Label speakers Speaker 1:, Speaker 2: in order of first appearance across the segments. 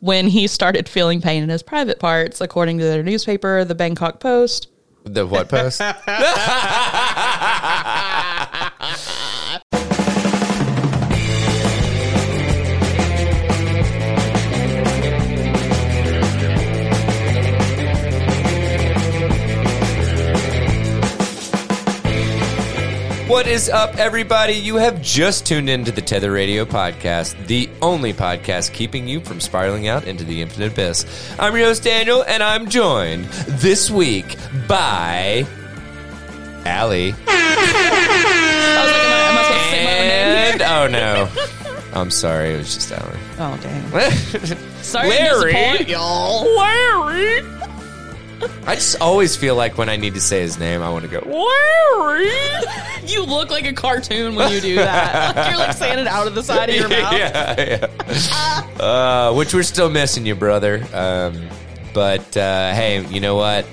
Speaker 1: when he started feeling pain in his private parts, according to their newspaper, the Bangkok Post.
Speaker 2: The what post? What is up, everybody? You have just tuned into the Tether Radio podcast, the only podcast keeping you from spiraling out into the infinite abyss. I'm your host, Daniel, and I'm joined this week by Allie.
Speaker 1: I was like, am I, am I supposed to say my own name?
Speaker 2: And oh no, I'm sorry, it was just Allie.
Speaker 1: Oh, dang. Sorry
Speaker 2: Larry?
Speaker 1: to disappoint y'all. Larry.
Speaker 2: I just always feel like when I need to say his name, I want to go.
Speaker 1: Larry. you look like a cartoon when you do that. Like, you're like saying it out of the side of your mouth.
Speaker 2: yeah, yeah. Uh, which we're still missing you, brother. Um, but uh, hey, you know what?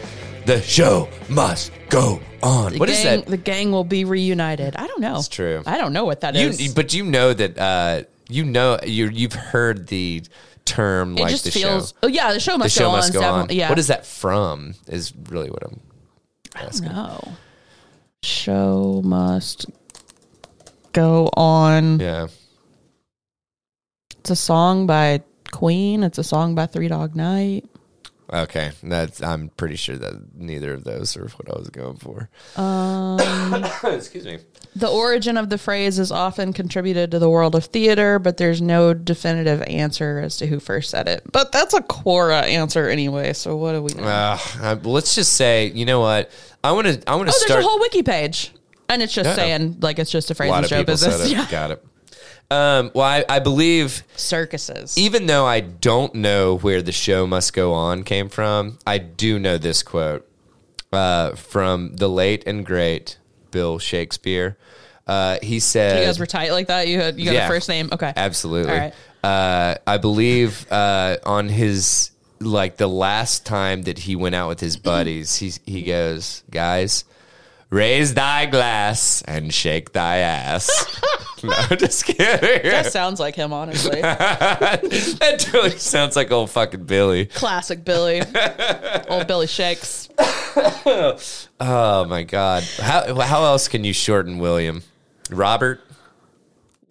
Speaker 2: The show must go on.
Speaker 1: The
Speaker 2: What is
Speaker 1: gang,
Speaker 2: that?
Speaker 1: The gang will be reunited. I don't know. It's
Speaker 2: true.
Speaker 1: I don't know what that
Speaker 2: You,
Speaker 1: is.
Speaker 2: but you know that uh, you know you you've heard the term
Speaker 1: it
Speaker 2: like
Speaker 1: just
Speaker 2: the
Speaker 1: feels.
Speaker 2: show.
Speaker 1: Oh yeah, the show
Speaker 2: The
Speaker 1: must
Speaker 2: show
Speaker 1: go
Speaker 2: must
Speaker 1: on.
Speaker 2: go on.
Speaker 1: definitely. Yeah.
Speaker 2: What is that from? Is really what I'm asking.
Speaker 1: No. Show must go on.
Speaker 2: Yeah.
Speaker 1: It's a song by Queen. It's a song by Three Dog Night.
Speaker 2: Okay. That's. I'm pretty sure that neither of those are what I was going for.
Speaker 1: Um,
Speaker 2: Excuse me.
Speaker 1: The origin of the phrase is often contributed to the world of theater, but there's no definitive answer as to who first said it. But that's a Quora answer anyway. So what do we? know?
Speaker 2: Uh, I- let's just say, you know what? I want to. I want to
Speaker 1: oh,
Speaker 2: start.
Speaker 1: there's a whole wiki page, and it's just
Speaker 2: Yeah.
Speaker 1: saying like it's just a
Speaker 2: a
Speaker 1: phrase
Speaker 2: lot
Speaker 1: in
Speaker 2: of
Speaker 1: show
Speaker 2: people said
Speaker 1: business.
Speaker 2: it.
Speaker 1: Yeah.
Speaker 2: Got it. Um, well, I, I believe
Speaker 1: Circuses.
Speaker 2: even though I don't know where the show must go on came from, I do know this quote uh, from the late and great Bill Shakespeare. Uh, he said,
Speaker 1: You guys were tight like that. You had you got
Speaker 2: Yeah.
Speaker 1: a first name. Okay.
Speaker 2: Absolutely.
Speaker 1: All right.
Speaker 2: Uh, I believe uh, on his like the last time that he went out with his buddies, he he goes, guys, raise thy glass and shake thy ass. no, I'm just kidding.
Speaker 1: That sounds like him, honestly.
Speaker 2: that totally sounds like old fucking Billy.
Speaker 1: Classic Billy. Old Billy shakes.
Speaker 2: Oh my god. How how else can you shorten William? Robert?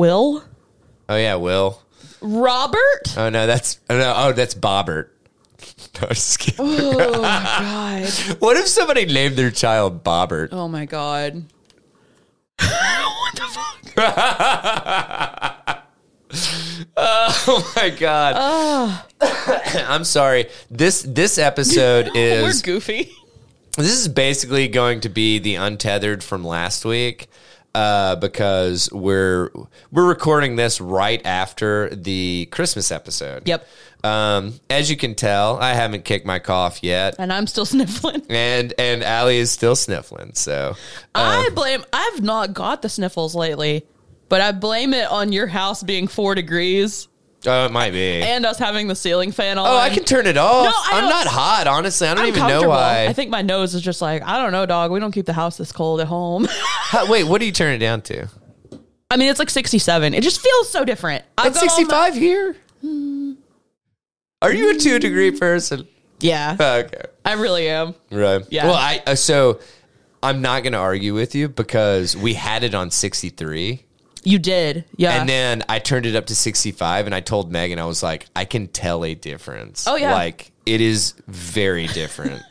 Speaker 1: Will?
Speaker 2: Oh yeah, Will.
Speaker 1: Robert?
Speaker 2: Oh no, that's oh no, oh that's Bobbert. No, I'm just kidding.
Speaker 1: Oh my god.
Speaker 2: What if somebody named their child Bobbert?
Speaker 1: Oh my god. what the fuck?
Speaker 2: Oh my god. I'm sorry. This this episode
Speaker 1: We're
Speaker 2: is
Speaker 1: goofy.
Speaker 2: this is basically going to be the untethered from last week. Uh, because we're we're recording this right after the Christmas episode.
Speaker 1: Yep.
Speaker 2: Um, as you can tell, I haven't kicked my cough yet,
Speaker 1: And I'm still sniffling.
Speaker 2: and and Allie is still sniffling. So
Speaker 1: I blame I've not got the sniffles lately, but I blame it on your house being four degrees
Speaker 2: oh, it might be.
Speaker 1: and us having the ceiling fan on.
Speaker 2: Oh, I can turn it off.
Speaker 1: No, I
Speaker 2: I'm
Speaker 1: don't-
Speaker 2: not hot, honestly. I don't
Speaker 1: I'm
Speaker 2: even know
Speaker 1: comfortable.
Speaker 2: why.
Speaker 1: I think my nose is just like, I don't know, dog. We don't keep the house this cold at home.
Speaker 2: How- wait, what do you turn it down to?
Speaker 1: I mean, it's like 67. It just feels so different. I've
Speaker 2: It's
Speaker 1: got all my-
Speaker 2: 65 here. Are you a two degree person?
Speaker 1: yeah,
Speaker 2: Okay,
Speaker 1: I really am.
Speaker 2: right.
Speaker 1: Yeah.
Speaker 2: Well, I uh, so I'm not going to argue with you because we had it on 63.
Speaker 1: You did. Yeah.
Speaker 2: And then I turned it up to 65 and I told Megan, I was like, I can tell a difference.
Speaker 1: Oh, yeah.
Speaker 2: Like, it is very different.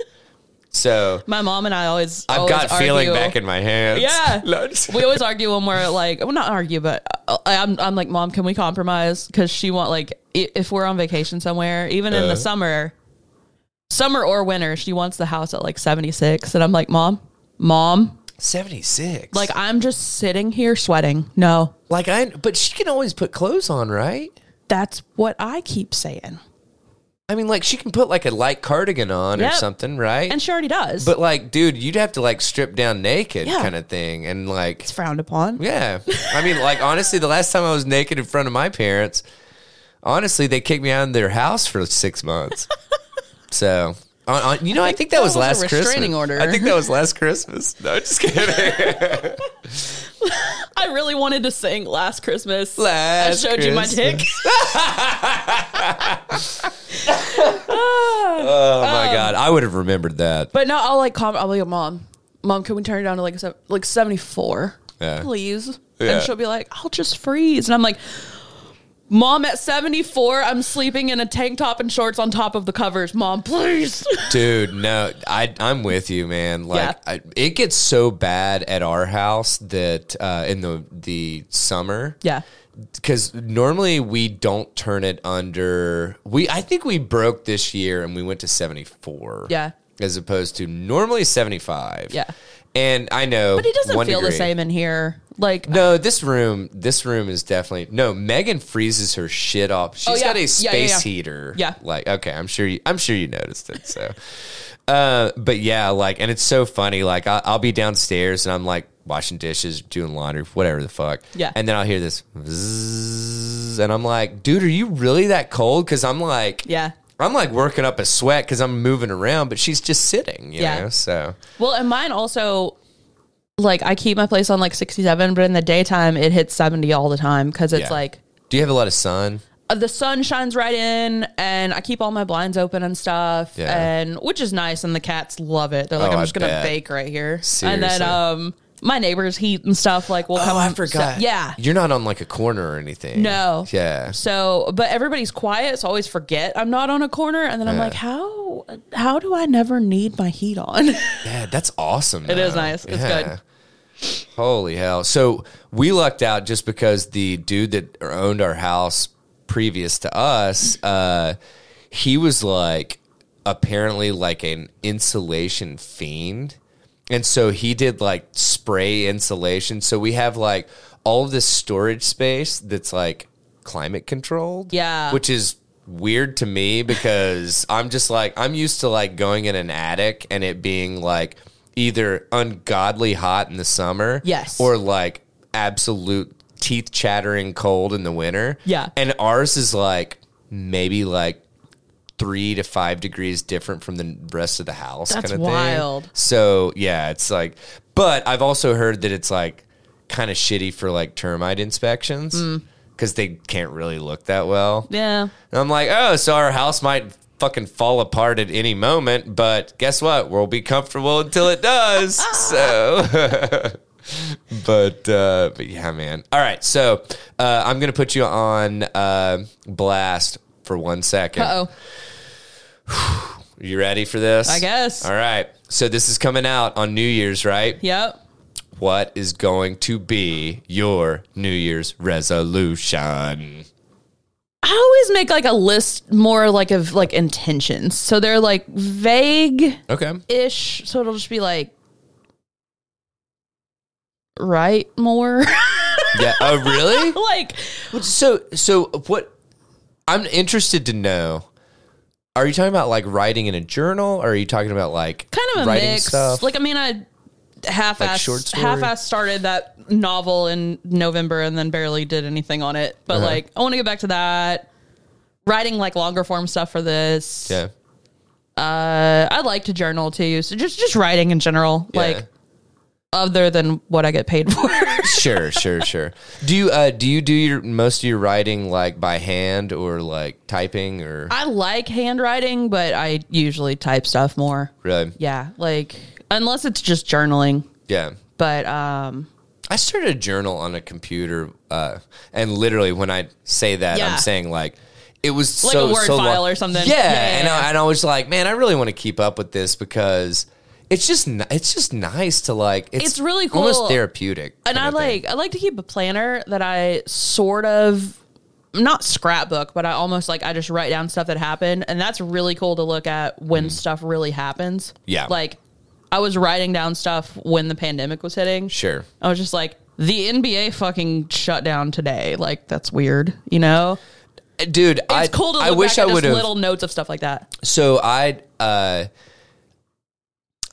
Speaker 2: so
Speaker 1: my mom and I always
Speaker 2: I've
Speaker 1: always
Speaker 2: got feeling
Speaker 1: argue.
Speaker 2: back in my hands.
Speaker 1: Yeah.
Speaker 2: No, I'm just-
Speaker 1: we always argue when we're like, well, not argue, but uh, I'm, I'm like, mom, can we compromise? Because she want like, i- if we're on vacation somewhere, even in
Speaker 2: Uh.
Speaker 1: the summer, summer or winter, she wants the house at like 76, and I'm like, mom, mom,
Speaker 2: 76.
Speaker 1: like I'm just sitting here sweating. No,
Speaker 2: like I, but she can always put clothes on, right?
Speaker 1: that's what I keep saying,
Speaker 2: I mean, like she can put like a light cardigan on
Speaker 1: Yep.
Speaker 2: or something, right?
Speaker 1: and she already does.
Speaker 2: but like, dude, you'd have to like strip down naked
Speaker 1: Yeah.
Speaker 2: kind of thing. And like,
Speaker 1: it's frowned upon.
Speaker 2: yeah. I mean, like, honestly, the last time I was naked in front of my parents, honestly, they kicked me out of their house for six months. so, on, on, you know, I think, that, was,
Speaker 1: was a
Speaker 2: last
Speaker 1: restraining
Speaker 2: Christmas.
Speaker 1: order.
Speaker 2: I think that was last Christmas. No, just kidding.
Speaker 1: I really wanted to sing "Last Christmas."
Speaker 2: Last
Speaker 1: I showed you my
Speaker 2: Christmas.
Speaker 1: dick.
Speaker 2: Oh
Speaker 1: Um,
Speaker 2: my god, I would have remembered that.
Speaker 1: But no, I'll like comment. I'll be like, "Mom, mom, can we turn it down to like se- like seventy four,
Speaker 2: Yeah.
Speaker 1: please?"
Speaker 2: Yeah.
Speaker 1: And she'll be like, "I'll just freeze," and I'm like. Mom, at 74, I'm sleeping in a tank top and shorts on top of the covers. Mom, please.
Speaker 2: Dude, no, I I'm with you, man. Like
Speaker 1: Yeah.
Speaker 2: I, it gets so bad at our house that uh, in the the summer,
Speaker 1: Yeah.
Speaker 2: because normally we don't turn it under. We I think we broke this year and we went to seventy four.
Speaker 1: Yeah.
Speaker 2: as opposed to normally seventy five.
Speaker 1: Yeah.
Speaker 2: and I know,
Speaker 1: But it doesn't
Speaker 2: one
Speaker 1: feel the
Speaker 2: degree.
Speaker 1: same in here. Like,
Speaker 2: No, this room, this room is definitely no. Megan freezes her shit off. She's
Speaker 1: Oh, yeah.
Speaker 2: got a
Speaker 1: Yeah,
Speaker 2: space
Speaker 1: yeah, yeah.
Speaker 2: heater.
Speaker 1: Yeah.
Speaker 2: like okay, I'm sure you, I'm sure you noticed it. So, uh, but yeah, like, and it's so funny. Like, I, I'll be downstairs and I'm like washing dishes, doing laundry, whatever the fuck.
Speaker 1: Yeah.
Speaker 2: and then I'll hear this, "Zzzz," and I'm like, dude, are you really that cold? Because I'm like,
Speaker 1: yeah.
Speaker 2: I'm like working up a sweat because I'm moving around, but she's just sitting. You
Speaker 1: Yeah.
Speaker 2: know, so
Speaker 1: Well, and mine also, like, I keep my place on like 67, but in the daytime, it hits 70 all the time because it's
Speaker 2: yeah.
Speaker 1: like
Speaker 2: do you have a lot of sun?
Speaker 1: uh, the sun shines right in and I keep all my blinds open and stuff,
Speaker 2: Yeah.
Speaker 1: and which is nice. And the cats love it. They're like,
Speaker 2: Oh,
Speaker 1: I'm
Speaker 2: I
Speaker 1: just going to
Speaker 2: bet.
Speaker 1: bake right here. And then,
Speaker 2: Seriously.
Speaker 1: um, my neighbors heat and stuff like will come.
Speaker 2: Oh, I
Speaker 1: and
Speaker 2: forgot.
Speaker 1: stuff- yeah.
Speaker 2: You're not on like a corner or anything.
Speaker 1: No.
Speaker 2: Yeah.
Speaker 1: So, but everybody's quiet, so I always forget I'm not on a corner, and then I'm like, how how do I never need my heat on?
Speaker 2: Yeah, that's awesome.
Speaker 1: It is nice. It's good.
Speaker 2: good. Holy hell. So we lucked out just because the dude that owned our house previous to us, uh, he was like apparently like an insulation fiend. And so he did like spray insulation. So we have like all of this storage space that's like climate controlled.
Speaker 1: Yeah.
Speaker 2: Which is weird to me because I'm just like I'm used to like going in an attic and it being like either ungodly hot in the summer,
Speaker 1: Yes.
Speaker 2: or like absolute teeth chattering cold in the winter.
Speaker 1: Yeah.
Speaker 2: And ours is like maybe like three to five degrees different from the rest of the house.
Speaker 1: That's
Speaker 2: kinda thing.
Speaker 1: wild.
Speaker 2: So yeah, it's like, but I've also heard that it's like kind of shitty for like termite inspections
Speaker 1: Mm.
Speaker 2: because they can't really look that well.
Speaker 1: yeah.
Speaker 2: And I'm like, oh, so our house might fucking fall apart at any moment, but guess what? We'll be comfortable until it does. so. But uh, but yeah, man. All right, so uh, I'm gonna put you on uh, blast for one second.
Speaker 1: Uh oh.
Speaker 2: You ready for this?
Speaker 1: I guess.
Speaker 2: All right. So this is coming out on New Year's, right?
Speaker 1: Yep.
Speaker 2: What is going to be your New Year's resolution?
Speaker 1: I always make like a list more like of like intentions. So they're like vague
Speaker 2: Okay.
Speaker 1: ish. So it'll just be like write more.
Speaker 2: Yeah. Oh, really?
Speaker 1: like
Speaker 2: So, so what? I'm interested to know. Are you talking about like writing in a journal? Or are you talking about like
Speaker 1: kind of a
Speaker 2: writing
Speaker 1: mix.
Speaker 2: stuff?
Speaker 1: Like I mean I half
Speaker 2: Like short
Speaker 1: ass
Speaker 2: story?
Speaker 1: half ass started that novel in November and then barely did anything on it. But
Speaker 2: Uh-huh.
Speaker 1: like I want to go back to that. Writing like longer form stuff for this.
Speaker 2: yeah,
Speaker 1: Uh, I like to journal too. So just just writing in general.
Speaker 2: yeah.
Speaker 1: Like other than what I get paid for.
Speaker 2: sure, sure, sure. Do you uh, do you do your most of your writing like by hand or like typing or
Speaker 1: I like handwriting, but I usually type stuff more.
Speaker 2: really?
Speaker 1: Yeah, like unless it's just journaling,
Speaker 2: yeah.
Speaker 1: but um
Speaker 2: I started a journal on a computer, uh, and literally when I say that,
Speaker 1: Yeah.
Speaker 2: I'm saying like it was
Speaker 1: Like
Speaker 2: so,
Speaker 1: a Word
Speaker 2: so long-
Speaker 1: file or something.
Speaker 2: Yeah,
Speaker 1: Yeah, yeah,
Speaker 2: and,
Speaker 1: yeah.
Speaker 2: I, and I was like, man, I really want to keep up with this because it's just ni- it's just nice to like it's,
Speaker 1: It's really cool.
Speaker 2: almost therapeutic.
Speaker 1: and I
Speaker 2: kinda thing.
Speaker 1: like I like to keep a planner that I sort of not scrapbook, but I almost like I just write down stuff that happened, and that's really cool to look at when stuff really happens.
Speaker 2: Mm-hmm. Yeah.
Speaker 1: like I was writing down stuff when the pandemic was hitting.
Speaker 2: sure.
Speaker 1: I was just like, the NBA fucking shut down today. Like that's weird, you know.
Speaker 2: Uh, Dude, I,
Speaker 1: It's cool to look
Speaker 2: I wish
Speaker 1: back
Speaker 2: I
Speaker 1: at
Speaker 2: would
Speaker 1: just
Speaker 2: have
Speaker 1: little notes of stuff like that.
Speaker 2: So I, uh,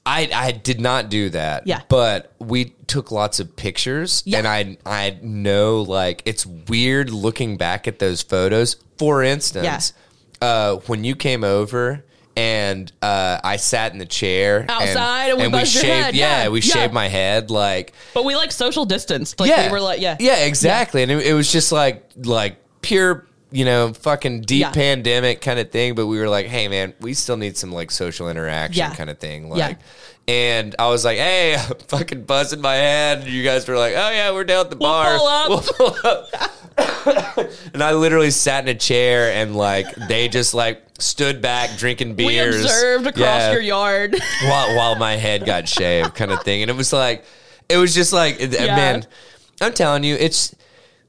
Speaker 2: I, I did not do that.
Speaker 1: Yeah.
Speaker 2: But we took lots of pictures,
Speaker 1: Yeah.
Speaker 2: and I, I know like it's weird looking back at those photos. For instance, uh, when you came over. And uh, I sat in the chair and-
Speaker 1: Outside, and we buzzed your
Speaker 2: shaved.
Speaker 1: head.
Speaker 2: Yeah,
Speaker 1: Yeah,
Speaker 2: we
Speaker 1: yeah.
Speaker 2: shaved my head. Like
Speaker 1: But we like social distanced. Like we were like, yeah,
Speaker 2: yeah, exactly. And it, it was just like like pure you know, fucking deep
Speaker 1: Yeah.
Speaker 2: pandemic kind of thing, but we were like, hey man, we still need some like social interaction
Speaker 1: Yeah.
Speaker 2: kind of thing.
Speaker 1: Yeah.
Speaker 2: Like and I was like, hey, I'm fucking buzzing my head. And you guys were like, oh yeah, we're down at the bar.
Speaker 1: pull up.
Speaker 2: We'll pull up. and I literally sat in a chair and like they just like stood back drinking
Speaker 1: we
Speaker 2: beers.
Speaker 1: observed across
Speaker 2: Yeah
Speaker 1: your yard.
Speaker 2: while, while my head got shaved kind of thing and it was like it was just like it-
Speaker 1: Yeah.
Speaker 2: man i'm telling you it's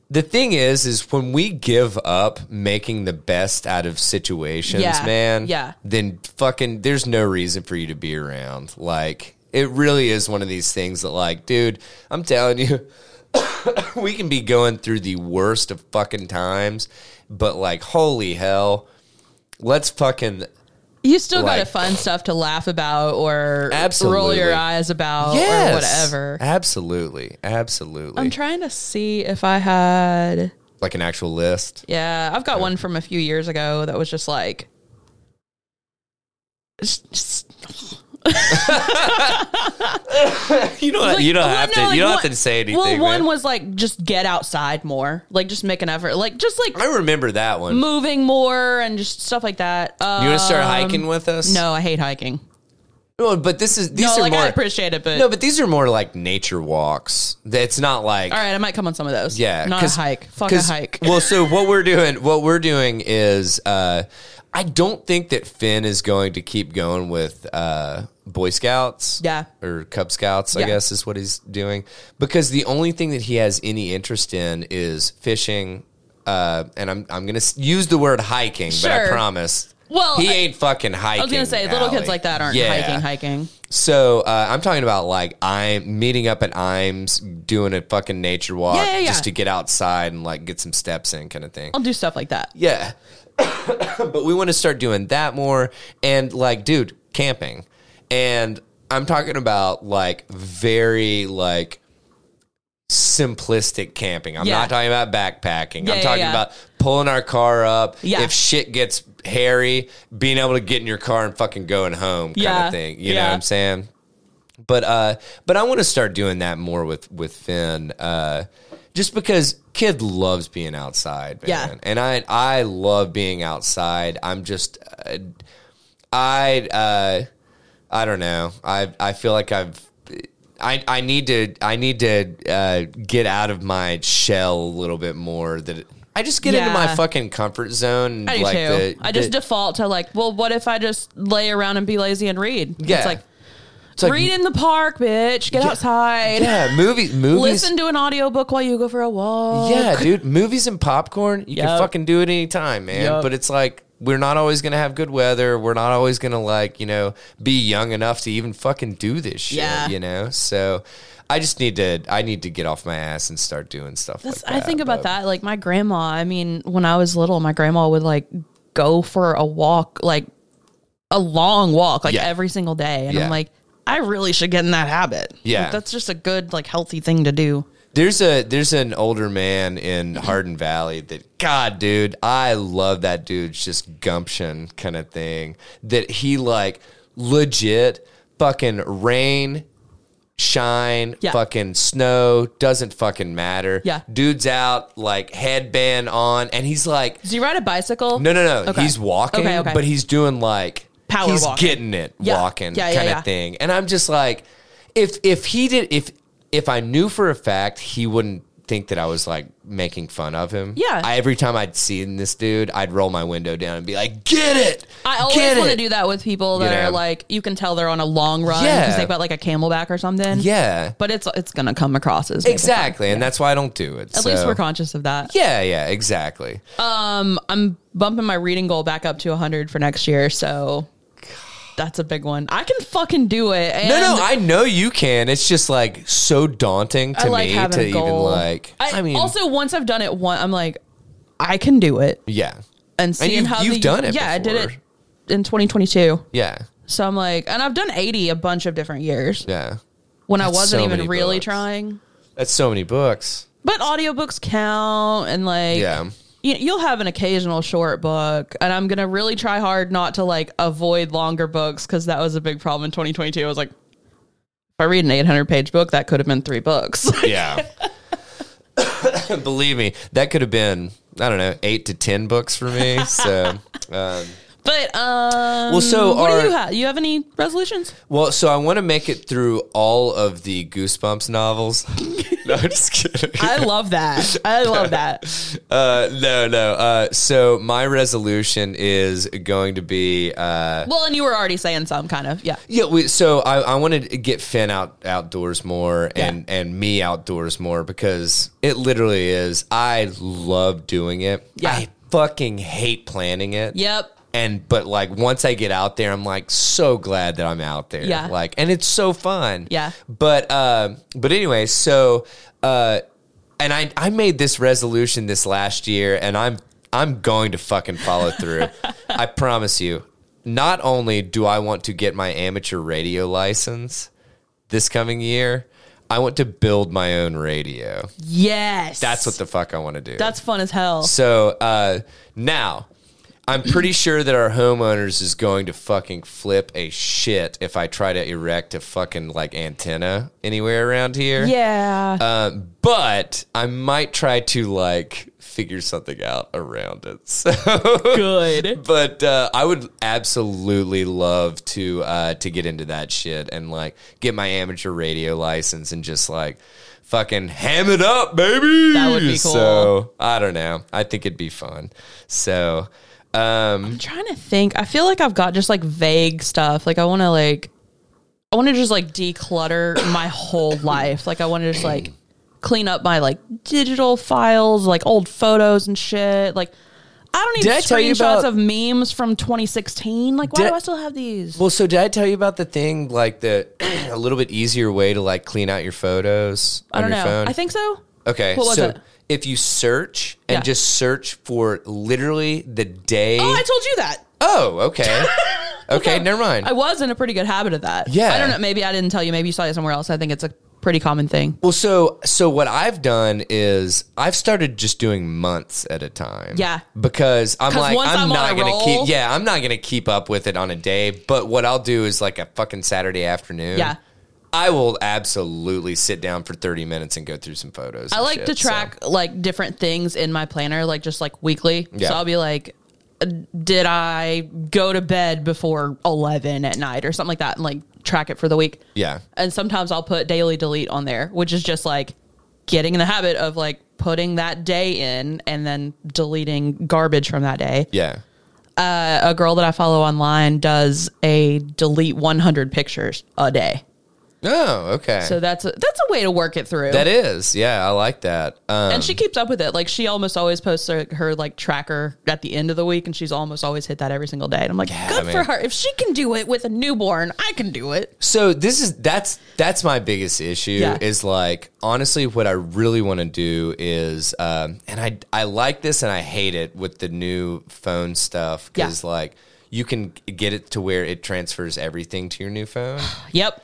Speaker 2: the thing is is when we give up making the best out of situations
Speaker 1: Yeah.
Speaker 2: man
Speaker 1: Yeah.
Speaker 2: then fucking there's no reason for you to be around like it really is one of these things that like dude i'm telling you we can be going through the worst of fucking times but like holy hell let's fucking
Speaker 1: you still got to
Speaker 2: Like-
Speaker 1: find stuff to laugh about or roll
Speaker 2: Absolutely.
Speaker 1: your eyes about
Speaker 2: yes
Speaker 1: or whatever.
Speaker 2: absolutely absolutely
Speaker 1: I'm trying to see if I had.
Speaker 2: like an actual list.
Speaker 1: Yeah, I've got one from a few years ago that was just like. s- s-
Speaker 2: You don't.
Speaker 1: like-
Speaker 2: you don't
Speaker 1: well,
Speaker 2: have
Speaker 1: no,
Speaker 2: to.
Speaker 1: like,
Speaker 2: you don't
Speaker 1: one-
Speaker 2: have to say anything.
Speaker 1: Well, one
Speaker 2: man.
Speaker 1: was like just get outside more, like just make an effort, like just like
Speaker 2: I remember that one.
Speaker 1: moving more and just stuff like that. Um,
Speaker 2: you want to start hiking with us?
Speaker 1: No, I hate hiking.
Speaker 2: No, but this is these
Speaker 1: no,
Speaker 2: are
Speaker 1: like
Speaker 2: more.
Speaker 1: I appreciate it, but
Speaker 2: no, but these are more like nature walks. That's not like.
Speaker 1: all right, I might come on some of those.
Speaker 2: Yeah,
Speaker 1: not a
Speaker 2: 'cause-
Speaker 1: hike. Fuck a
Speaker 2: 'cause-
Speaker 1: hike.
Speaker 2: well, so what we're doing, what we're doing is, uh, I don't think that Finn is going to keep going with uh, Boy Scouts,
Speaker 1: Yeah.
Speaker 2: or Cub Scouts, I
Speaker 1: Yeah.
Speaker 2: guess is what he's doing, because the only thing that he has any interest in is fishing. Uh, and I'm I'm gonna s- use the word hiking, but I
Speaker 1: Sure.
Speaker 2: promise.
Speaker 1: Well,
Speaker 2: he
Speaker 1: I-
Speaker 2: ain't fucking hiking.
Speaker 1: I was gonna say little kids
Speaker 2: Allie.
Speaker 1: like that aren't
Speaker 2: Yeah.
Speaker 1: hiking. Hiking.
Speaker 2: So uh, I'm talking about like I'm meeting up at Imes, doing a fucking nature walk
Speaker 1: Yeah, yeah, yeah.
Speaker 2: just to get outside and like get some steps in, kind of thing.
Speaker 1: I'll do stuff like that.
Speaker 2: Yeah, but we want to start doing that more and like, dude, camping. And I'm talking about like very like simplistic camping. I'm
Speaker 1: Yeah.
Speaker 2: not talking about backpacking.
Speaker 1: Yeah,
Speaker 2: I'm
Speaker 1: yeah,
Speaker 2: talking
Speaker 1: yeah.
Speaker 2: about pulling our car up.
Speaker 1: Yeah.
Speaker 2: If shit gets hairy, being able to get in your car and fucking going home kind
Speaker 1: Yeah.
Speaker 2: of thing. You know
Speaker 1: Yeah.
Speaker 2: what I'm saying? But uh but I want to start doing that more with with Finn uh just because kid loves being outside, man.
Speaker 1: Yeah.
Speaker 2: And I I love being outside. I'm just uh, I uh I don't know. I I feel like I've I, I need to I need to uh, get out of my shell a little bit more. That I just get into my
Speaker 1: Yeah.
Speaker 2: fucking comfort zone. and
Speaker 1: I do
Speaker 2: like
Speaker 1: too.
Speaker 2: the-
Speaker 1: I just
Speaker 2: the-
Speaker 1: default to like, well, what if I just lay around and be lazy and read?
Speaker 2: Yeah.
Speaker 1: It's like,
Speaker 2: it's like,
Speaker 1: read in the park, bitch. Get outside.
Speaker 2: yeah movie movies.
Speaker 1: Listen to an audiobook while you go for a walk.
Speaker 2: Yeah, dude, movies and popcorn, you can
Speaker 1: Yup.
Speaker 2: fucking do it anytime, man.
Speaker 1: Yup.
Speaker 2: But it's like we're not always gonna have good weather. We're not always gonna like you know be young enough to even fucking do this shit.
Speaker 1: Yeah.
Speaker 2: You know, so I just need to I need to get off my ass and start doing stuff.
Speaker 1: That's,
Speaker 2: like
Speaker 1: I think about
Speaker 2: but-
Speaker 1: that. Like my grandma, I mean, when I was little, my grandma would like go for a walk, like a long walk, like
Speaker 2: Yeah.
Speaker 1: every single day. And
Speaker 2: Yeah.
Speaker 1: I'm like, I really should get in that habit.
Speaker 2: Yeah.
Speaker 1: Like, that's just a good, like healthy thing to do.
Speaker 2: There's a there's an older man in Hardin Valley that God, dude, I love that dude's just gumption kind of thing. That he like legit fucking rain, shine,
Speaker 1: Yeah.
Speaker 2: fucking snow doesn't fucking matter.
Speaker 1: Yeah.
Speaker 2: dude's out like headband on, and he's like,
Speaker 1: Do you ride a bicycle?
Speaker 2: no, no, no,
Speaker 1: Okay.
Speaker 2: he's walking,
Speaker 1: Okay, okay.
Speaker 2: but he's doing like
Speaker 1: Power
Speaker 2: he's
Speaker 1: walking.
Speaker 2: getting it
Speaker 1: Yeah.
Speaker 2: walking
Speaker 1: Yeah, yeah,
Speaker 2: kind of
Speaker 1: yeah.
Speaker 2: thing. And I'm just like, if if he did, if if I knew for a fact he wouldn't think that I was like making fun of him.
Speaker 1: Yeah.
Speaker 2: I, every time I'd seen this dude, I'd roll my window down and be like, "Get it!
Speaker 1: I
Speaker 2: Get
Speaker 1: always want
Speaker 2: it!"
Speaker 1: to do that with people that
Speaker 2: You know?
Speaker 1: are like, you can tell they're on a long run
Speaker 2: Yeah.
Speaker 1: because they've got like a camelback or something.
Speaker 2: Yeah,
Speaker 1: But it's it's gonna come across as making fun.
Speaker 2: exactly, and that's why I don't do it.
Speaker 1: At least
Speaker 2: so-
Speaker 1: we're conscious of that.
Speaker 2: Yeah, yeah, exactly.
Speaker 1: I'm bumping my reading goal back up to 100 for next year, so that's a big one. I can fucking do it. And
Speaker 2: No, no, I know you can. It's just like so daunting to
Speaker 1: I like
Speaker 2: me
Speaker 1: having
Speaker 2: to
Speaker 1: a goal.
Speaker 2: even like.
Speaker 1: I,
Speaker 2: I, mean,
Speaker 1: also once I've done it one, I'm like, I can do it.
Speaker 2: yeah,
Speaker 1: And seeing
Speaker 2: you've-
Speaker 1: how
Speaker 2: you've
Speaker 1: the-
Speaker 2: done it
Speaker 1: Yeah, I did
Speaker 2: before.
Speaker 1: it in 2022.
Speaker 2: yeah.
Speaker 1: So I'm like, and I've done 80 a bunch of different years
Speaker 2: Yeah.
Speaker 1: when I
Speaker 2: That's
Speaker 1: wasn't
Speaker 2: so many
Speaker 1: even really
Speaker 2: books.
Speaker 1: trying.
Speaker 2: That's so many books.
Speaker 1: But audiobooks count, and like,
Speaker 2: Yeah.
Speaker 1: you, you'll have an occasional short book. And I'm gonna really try hard not to like avoid longer books because that was a big problem in 2022. I was like, if I read an 800 page book, that could have been three books.
Speaker 2: Yeah. Believe me, that could have been I don't know eight to ten books for me. So. Um,
Speaker 1: But um,
Speaker 2: Well, so
Speaker 1: what
Speaker 2: are-
Speaker 1: do you have? You have any resolutions?
Speaker 2: Well, so I want to make it through all of the Goosebumps novels. no, I'm just kidding.
Speaker 1: I love that. I love that.
Speaker 2: Uh, no, no. Uh, so my resolution is going to be. Uh,
Speaker 1: Well, and you were already saying some kind of yeah.
Speaker 2: yeah, we, so I, I want to get Finn out outdoors more and, and me outdoors more because it literally is. I love doing it.
Speaker 1: Yeah.
Speaker 2: I fucking hate planning it.
Speaker 1: Yep.
Speaker 2: And but like once I get out there, I'm like so glad that I'm out there.
Speaker 1: Yeah.
Speaker 2: Like, and it's so fun.
Speaker 1: Yeah.
Speaker 2: But uh, but anyway, so uh, and I I made this resolution this last year, and I'm I'm going to fucking follow through. I promise you. Not only do I want to get my amateur radio license this coming year, I want to build my own radio.
Speaker 1: Yes.
Speaker 2: That's what the fuck I want to do.
Speaker 1: That's fun as hell.
Speaker 2: So uh, now, I'm pretty sure that our homeowners is going to fucking flip a shit if I try to erect a fucking like antenna anywhere around here.
Speaker 1: Yeah.
Speaker 2: Uh, but I might try to like figure something out around it. So,
Speaker 1: Good.
Speaker 2: but uh, I would absolutely love to uh, to get into that shit and like get my amateur radio license and just like fucking ham it up, baby.
Speaker 1: That would be cool.
Speaker 2: So I don't know. I think it'd be fun. So um,
Speaker 1: I'm trying to think. I feel like I've got just like vague stuff. Like I want to like I want to just like declutter my whole life. Like I want to just like clean up my like digital files, like old photos and shit. Like I don't need
Speaker 2: Did I tell you
Speaker 1: screenshots
Speaker 2: about-
Speaker 1: of memes from 2016. Like why
Speaker 2: Did-
Speaker 1: do I still have these?
Speaker 2: well, so did I tell you about the thing like the a little bit easier way to like clean out your photos
Speaker 1: I
Speaker 2: on
Speaker 1: don't
Speaker 2: your
Speaker 1: know.
Speaker 2: phone?
Speaker 1: I think so.
Speaker 2: Okay.
Speaker 1: What was
Speaker 2: so
Speaker 1: it?
Speaker 2: if you search and
Speaker 1: Yeah.
Speaker 2: just search for literally the day.
Speaker 1: Oh, I told you that.
Speaker 2: Oh, okay. okay, never mind.
Speaker 1: I was in a pretty good habit of that.
Speaker 2: Yeah.
Speaker 1: I don't know. Maybe I didn't tell you. Maybe you saw it somewhere else. I think it's a pretty common thing.
Speaker 2: well, so so what I've done is I've started just doing months at a time.
Speaker 1: Yeah.
Speaker 2: Because I'm
Speaker 1: 'Cause
Speaker 2: like
Speaker 1: once
Speaker 2: I'm,
Speaker 1: I'm on
Speaker 2: not
Speaker 1: a
Speaker 2: gonna
Speaker 1: roll-
Speaker 2: keep yeah, I'm not gonna keep up with it on a day. But what I'll do is like a fucking Saturday afternoon.
Speaker 1: Yeah.
Speaker 2: I will absolutely sit down for 30 minutes and go through some photos.
Speaker 1: I
Speaker 2: and
Speaker 1: like
Speaker 2: shit,
Speaker 1: to
Speaker 2: so.
Speaker 1: track like different things in my planner, like just like weekly.
Speaker 2: Yeah.
Speaker 1: So I'll be like, uh, did I go to bed before 11 at night or something like that and like track it for the week.
Speaker 2: Yeah.
Speaker 1: And sometimes I'll put daily delete on there, which is just like getting in the habit of like putting that day in and then deleting garbage from that day.
Speaker 2: Yeah.
Speaker 1: a girl that I follow online does a delete 100 pictures a day.
Speaker 2: Oh, okay.
Speaker 1: So that's a, that's a way to work it through.
Speaker 2: that is. Yeah, I like that. Um,
Speaker 1: and she keeps up with it. Like she almost always posts her, her like tracker at the end of the week, and she's almost always hit that every single day. And I'm like, good
Speaker 2: man.
Speaker 1: for her. If she can do it with a newborn, I can do it.
Speaker 2: So this is that's that's my biggest issue
Speaker 1: Yeah.
Speaker 2: is like honestly what I really want to do is um, and I I like this and I hate it with the new phone stuff because
Speaker 1: Yeah.
Speaker 2: like you can get it to where it transfers everything to your new phone
Speaker 1: Yep,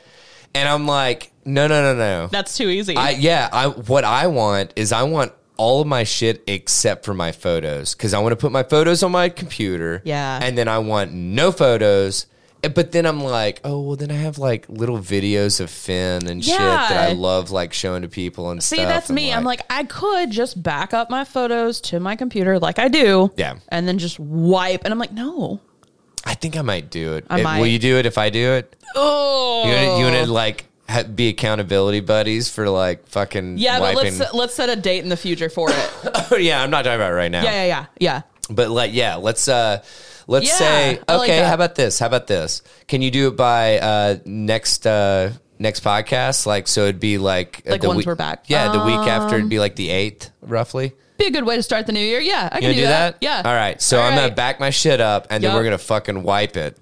Speaker 2: and I'm like no no no no
Speaker 1: that's too easy.
Speaker 2: I yeah I what I want is I want all of my shit except for my photos because I want to put my photos on my computer
Speaker 1: Yeah.
Speaker 2: and then I want no photos. Eh, But then I'm like, oh well, then I have like little videos of Finn and shit that I
Speaker 1: Yeah.
Speaker 2: love like showing to people and
Speaker 1: See,
Speaker 2: stuff.
Speaker 1: that's
Speaker 2: and,
Speaker 1: me. I'm like, I could just back up my photos to my computer, like I do.
Speaker 2: Yeah.
Speaker 1: and then just wipe. And I'm like, no.
Speaker 2: I think I might do it.
Speaker 1: I
Speaker 2: Eh, Will
Speaker 1: might.
Speaker 2: you do it if I do it?
Speaker 1: Oh,
Speaker 2: You wanna, you wanna like ha- be accountability buddies for like fucking
Speaker 1: yeah, but
Speaker 2: wiping?
Speaker 1: let's uh, let's set a date in the future for it.
Speaker 2: oh yeah, I'm not talking about it right now.
Speaker 1: Yeah, yeah, yeah, yeah.
Speaker 2: But like, yeah, let's uh let's
Speaker 1: Yeah,
Speaker 2: say
Speaker 1: I like
Speaker 2: okay.
Speaker 1: that.
Speaker 2: how about this? How about this? Can you do it by uh next uh next podcast? Like, so it'd be like uh,
Speaker 1: Like
Speaker 2: the
Speaker 1: once
Speaker 2: week-
Speaker 1: we're back. Um,
Speaker 2: Yeah, the week after it'd be like the eighth, roughly.
Speaker 1: Be a good way to start the new year. Yeah, I can
Speaker 2: You gonna
Speaker 1: do, that. Yeah.
Speaker 2: All right. So
Speaker 1: All
Speaker 2: I'm gonna
Speaker 1: right.
Speaker 2: back my shit up, and then
Speaker 1: Yup.
Speaker 2: we're gonna fucking wipe it.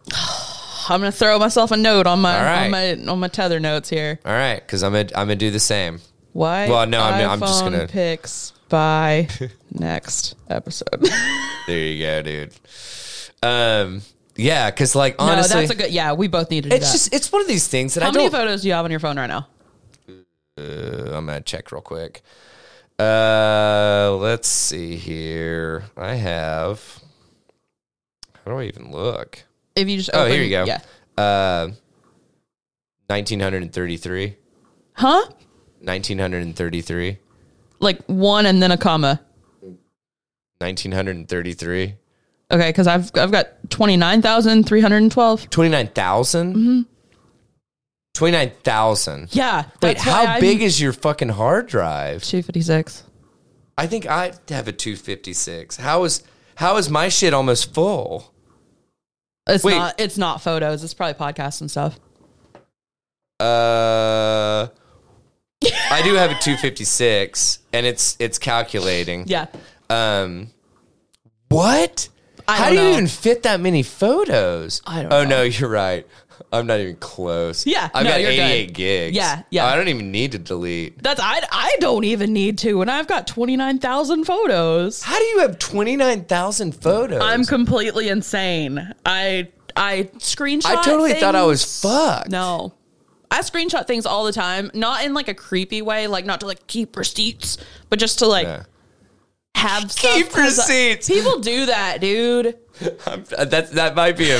Speaker 1: I'm gonna throw myself a note on my
Speaker 2: All right.
Speaker 1: on my on my tether notes here.
Speaker 2: All right, because I'm gonna I'm gonna do the same.
Speaker 1: Why?
Speaker 2: Well, no, I'm- I'm just
Speaker 1: iPhone
Speaker 2: gonna-
Speaker 1: picks by next episode.
Speaker 2: There you go, dude. Um, yeah, because like
Speaker 1: no,
Speaker 2: honestly,
Speaker 1: that's a good. Yeah, we both need to do
Speaker 2: it's
Speaker 1: that.
Speaker 2: just it's one of these things that
Speaker 1: How
Speaker 2: I
Speaker 1: many
Speaker 2: don't.
Speaker 1: photos do you have on your phone right now?
Speaker 2: I'm gonna check real quick. Uh, let's see here. I have. How do I even look?
Speaker 1: If you just
Speaker 2: Oh,
Speaker 1: open,
Speaker 2: here you go.
Speaker 1: Yeah.
Speaker 2: Uh, 1933.
Speaker 1: Huh?
Speaker 2: 1933.
Speaker 1: like one and then a comma.
Speaker 2: 1933.
Speaker 1: Okay, because I've I've got twenty nine thousand three hundred twelve.
Speaker 2: 29,000?
Speaker 1: Mm-hmm.
Speaker 2: 29,000.
Speaker 1: Yeah.
Speaker 2: Wait,
Speaker 1: that's why
Speaker 2: how
Speaker 1: I'm-
Speaker 2: big is your fucking hard drive?
Speaker 1: 256.
Speaker 2: I think I have a 256. How is how is my shit almost full?
Speaker 1: It's
Speaker 2: Wait.
Speaker 1: not. It's not photos. It's probably podcasts and stuff.
Speaker 2: Uh I do have a 256 and it's it's calculating.
Speaker 1: Yeah.
Speaker 2: Um, what?
Speaker 1: I
Speaker 2: How
Speaker 1: don't
Speaker 2: do you
Speaker 1: know.
Speaker 2: even fit that many photos?
Speaker 1: I don't
Speaker 2: Oh
Speaker 1: know.
Speaker 2: no, you're right. I'm not even close.
Speaker 1: Yeah,
Speaker 2: I've
Speaker 1: no,
Speaker 2: got
Speaker 1: you're good.
Speaker 2: 88 gigs. Oh,
Speaker 1: Yeah, yeah.
Speaker 2: I don't even need to delete.
Speaker 1: That's I. I don't even need to, and I've got twenty nine thousand photos.
Speaker 2: How do you have 29,000 photos?
Speaker 1: I'm completely insane. I I screenshot.
Speaker 2: I totally thought I was
Speaker 1: things.
Speaker 2: fucked.
Speaker 1: No. I screenshot things all the time, not in like a creepy way, like not to like keep receipts, but just to like
Speaker 2: Yeah.
Speaker 1: have stuff,
Speaker 2: Keep
Speaker 1: 'cause, uh,
Speaker 2: receipts.
Speaker 1: people do that, dude.
Speaker 2: I'm, uh, that that might be a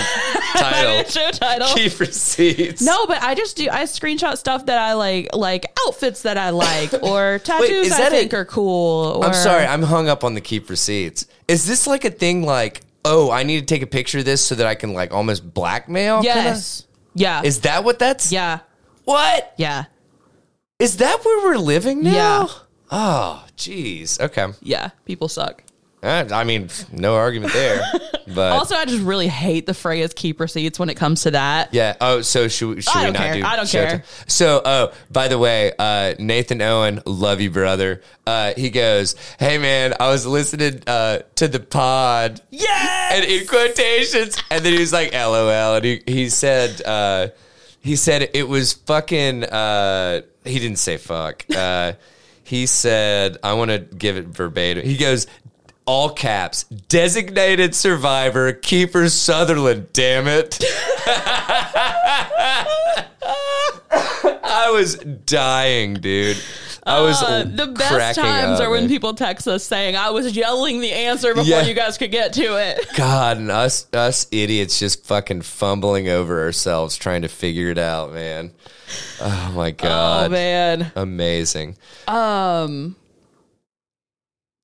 Speaker 2: title.
Speaker 1: Show title.
Speaker 2: Keep receipts.
Speaker 1: no, but I just do. I screenshot stuff that I like, like outfits that I like, or tattoos
Speaker 2: is
Speaker 1: I
Speaker 2: that a-
Speaker 1: think are cool. Or,
Speaker 2: I'm sorry, I'm hung up on the keep receipts. Is this like a thing like, oh, I need to take a picture of this so that I can like almost blackmail? kinda?
Speaker 1: Yes. Yeah.
Speaker 2: Is that what that's?
Speaker 1: yeah.
Speaker 2: What?
Speaker 1: Yeah.
Speaker 2: Is that where we're living now?
Speaker 1: Yeah.
Speaker 2: Oh, jeez. Okay.
Speaker 1: Yeah. People suck.
Speaker 2: Uh, I mean, no argument there. But
Speaker 1: Also, I just really hate the phrase "keep receipts" when it comes to that.
Speaker 2: yeah. Oh, so should, we- should
Speaker 1: I
Speaker 2: we
Speaker 1: don't
Speaker 2: not
Speaker 1: care.
Speaker 2: do?
Speaker 1: I don't
Speaker 2: show
Speaker 1: care.
Speaker 2: time? So, oh, by the way, uh, Nathan Owen, love you, brother. Uh, he goes, "Hey, man, I was listening uh, to the pod."
Speaker 1: Yes!
Speaker 2: and in quotations. And then he was like, "LOL," and he he said uh, he said it was fucking. Uh, he didn't say fuck. Uh, he said, "I want to give it verbatim." He goes. All caps, designated survivor, Keeper Sutherland, damn it. I was dying, dude. I was
Speaker 1: Uh, the best
Speaker 2: cracking
Speaker 1: times
Speaker 2: up,
Speaker 1: are when
Speaker 2: man.
Speaker 1: people text us saying, I was yelling the answer before
Speaker 2: Yeah.
Speaker 1: you guys could get to it.
Speaker 2: God, and us us idiots just fucking fumbling over ourselves trying to figure it out, man. Oh my
Speaker 1: Oh,
Speaker 2: god.
Speaker 1: man.
Speaker 2: Amazing.
Speaker 1: Um,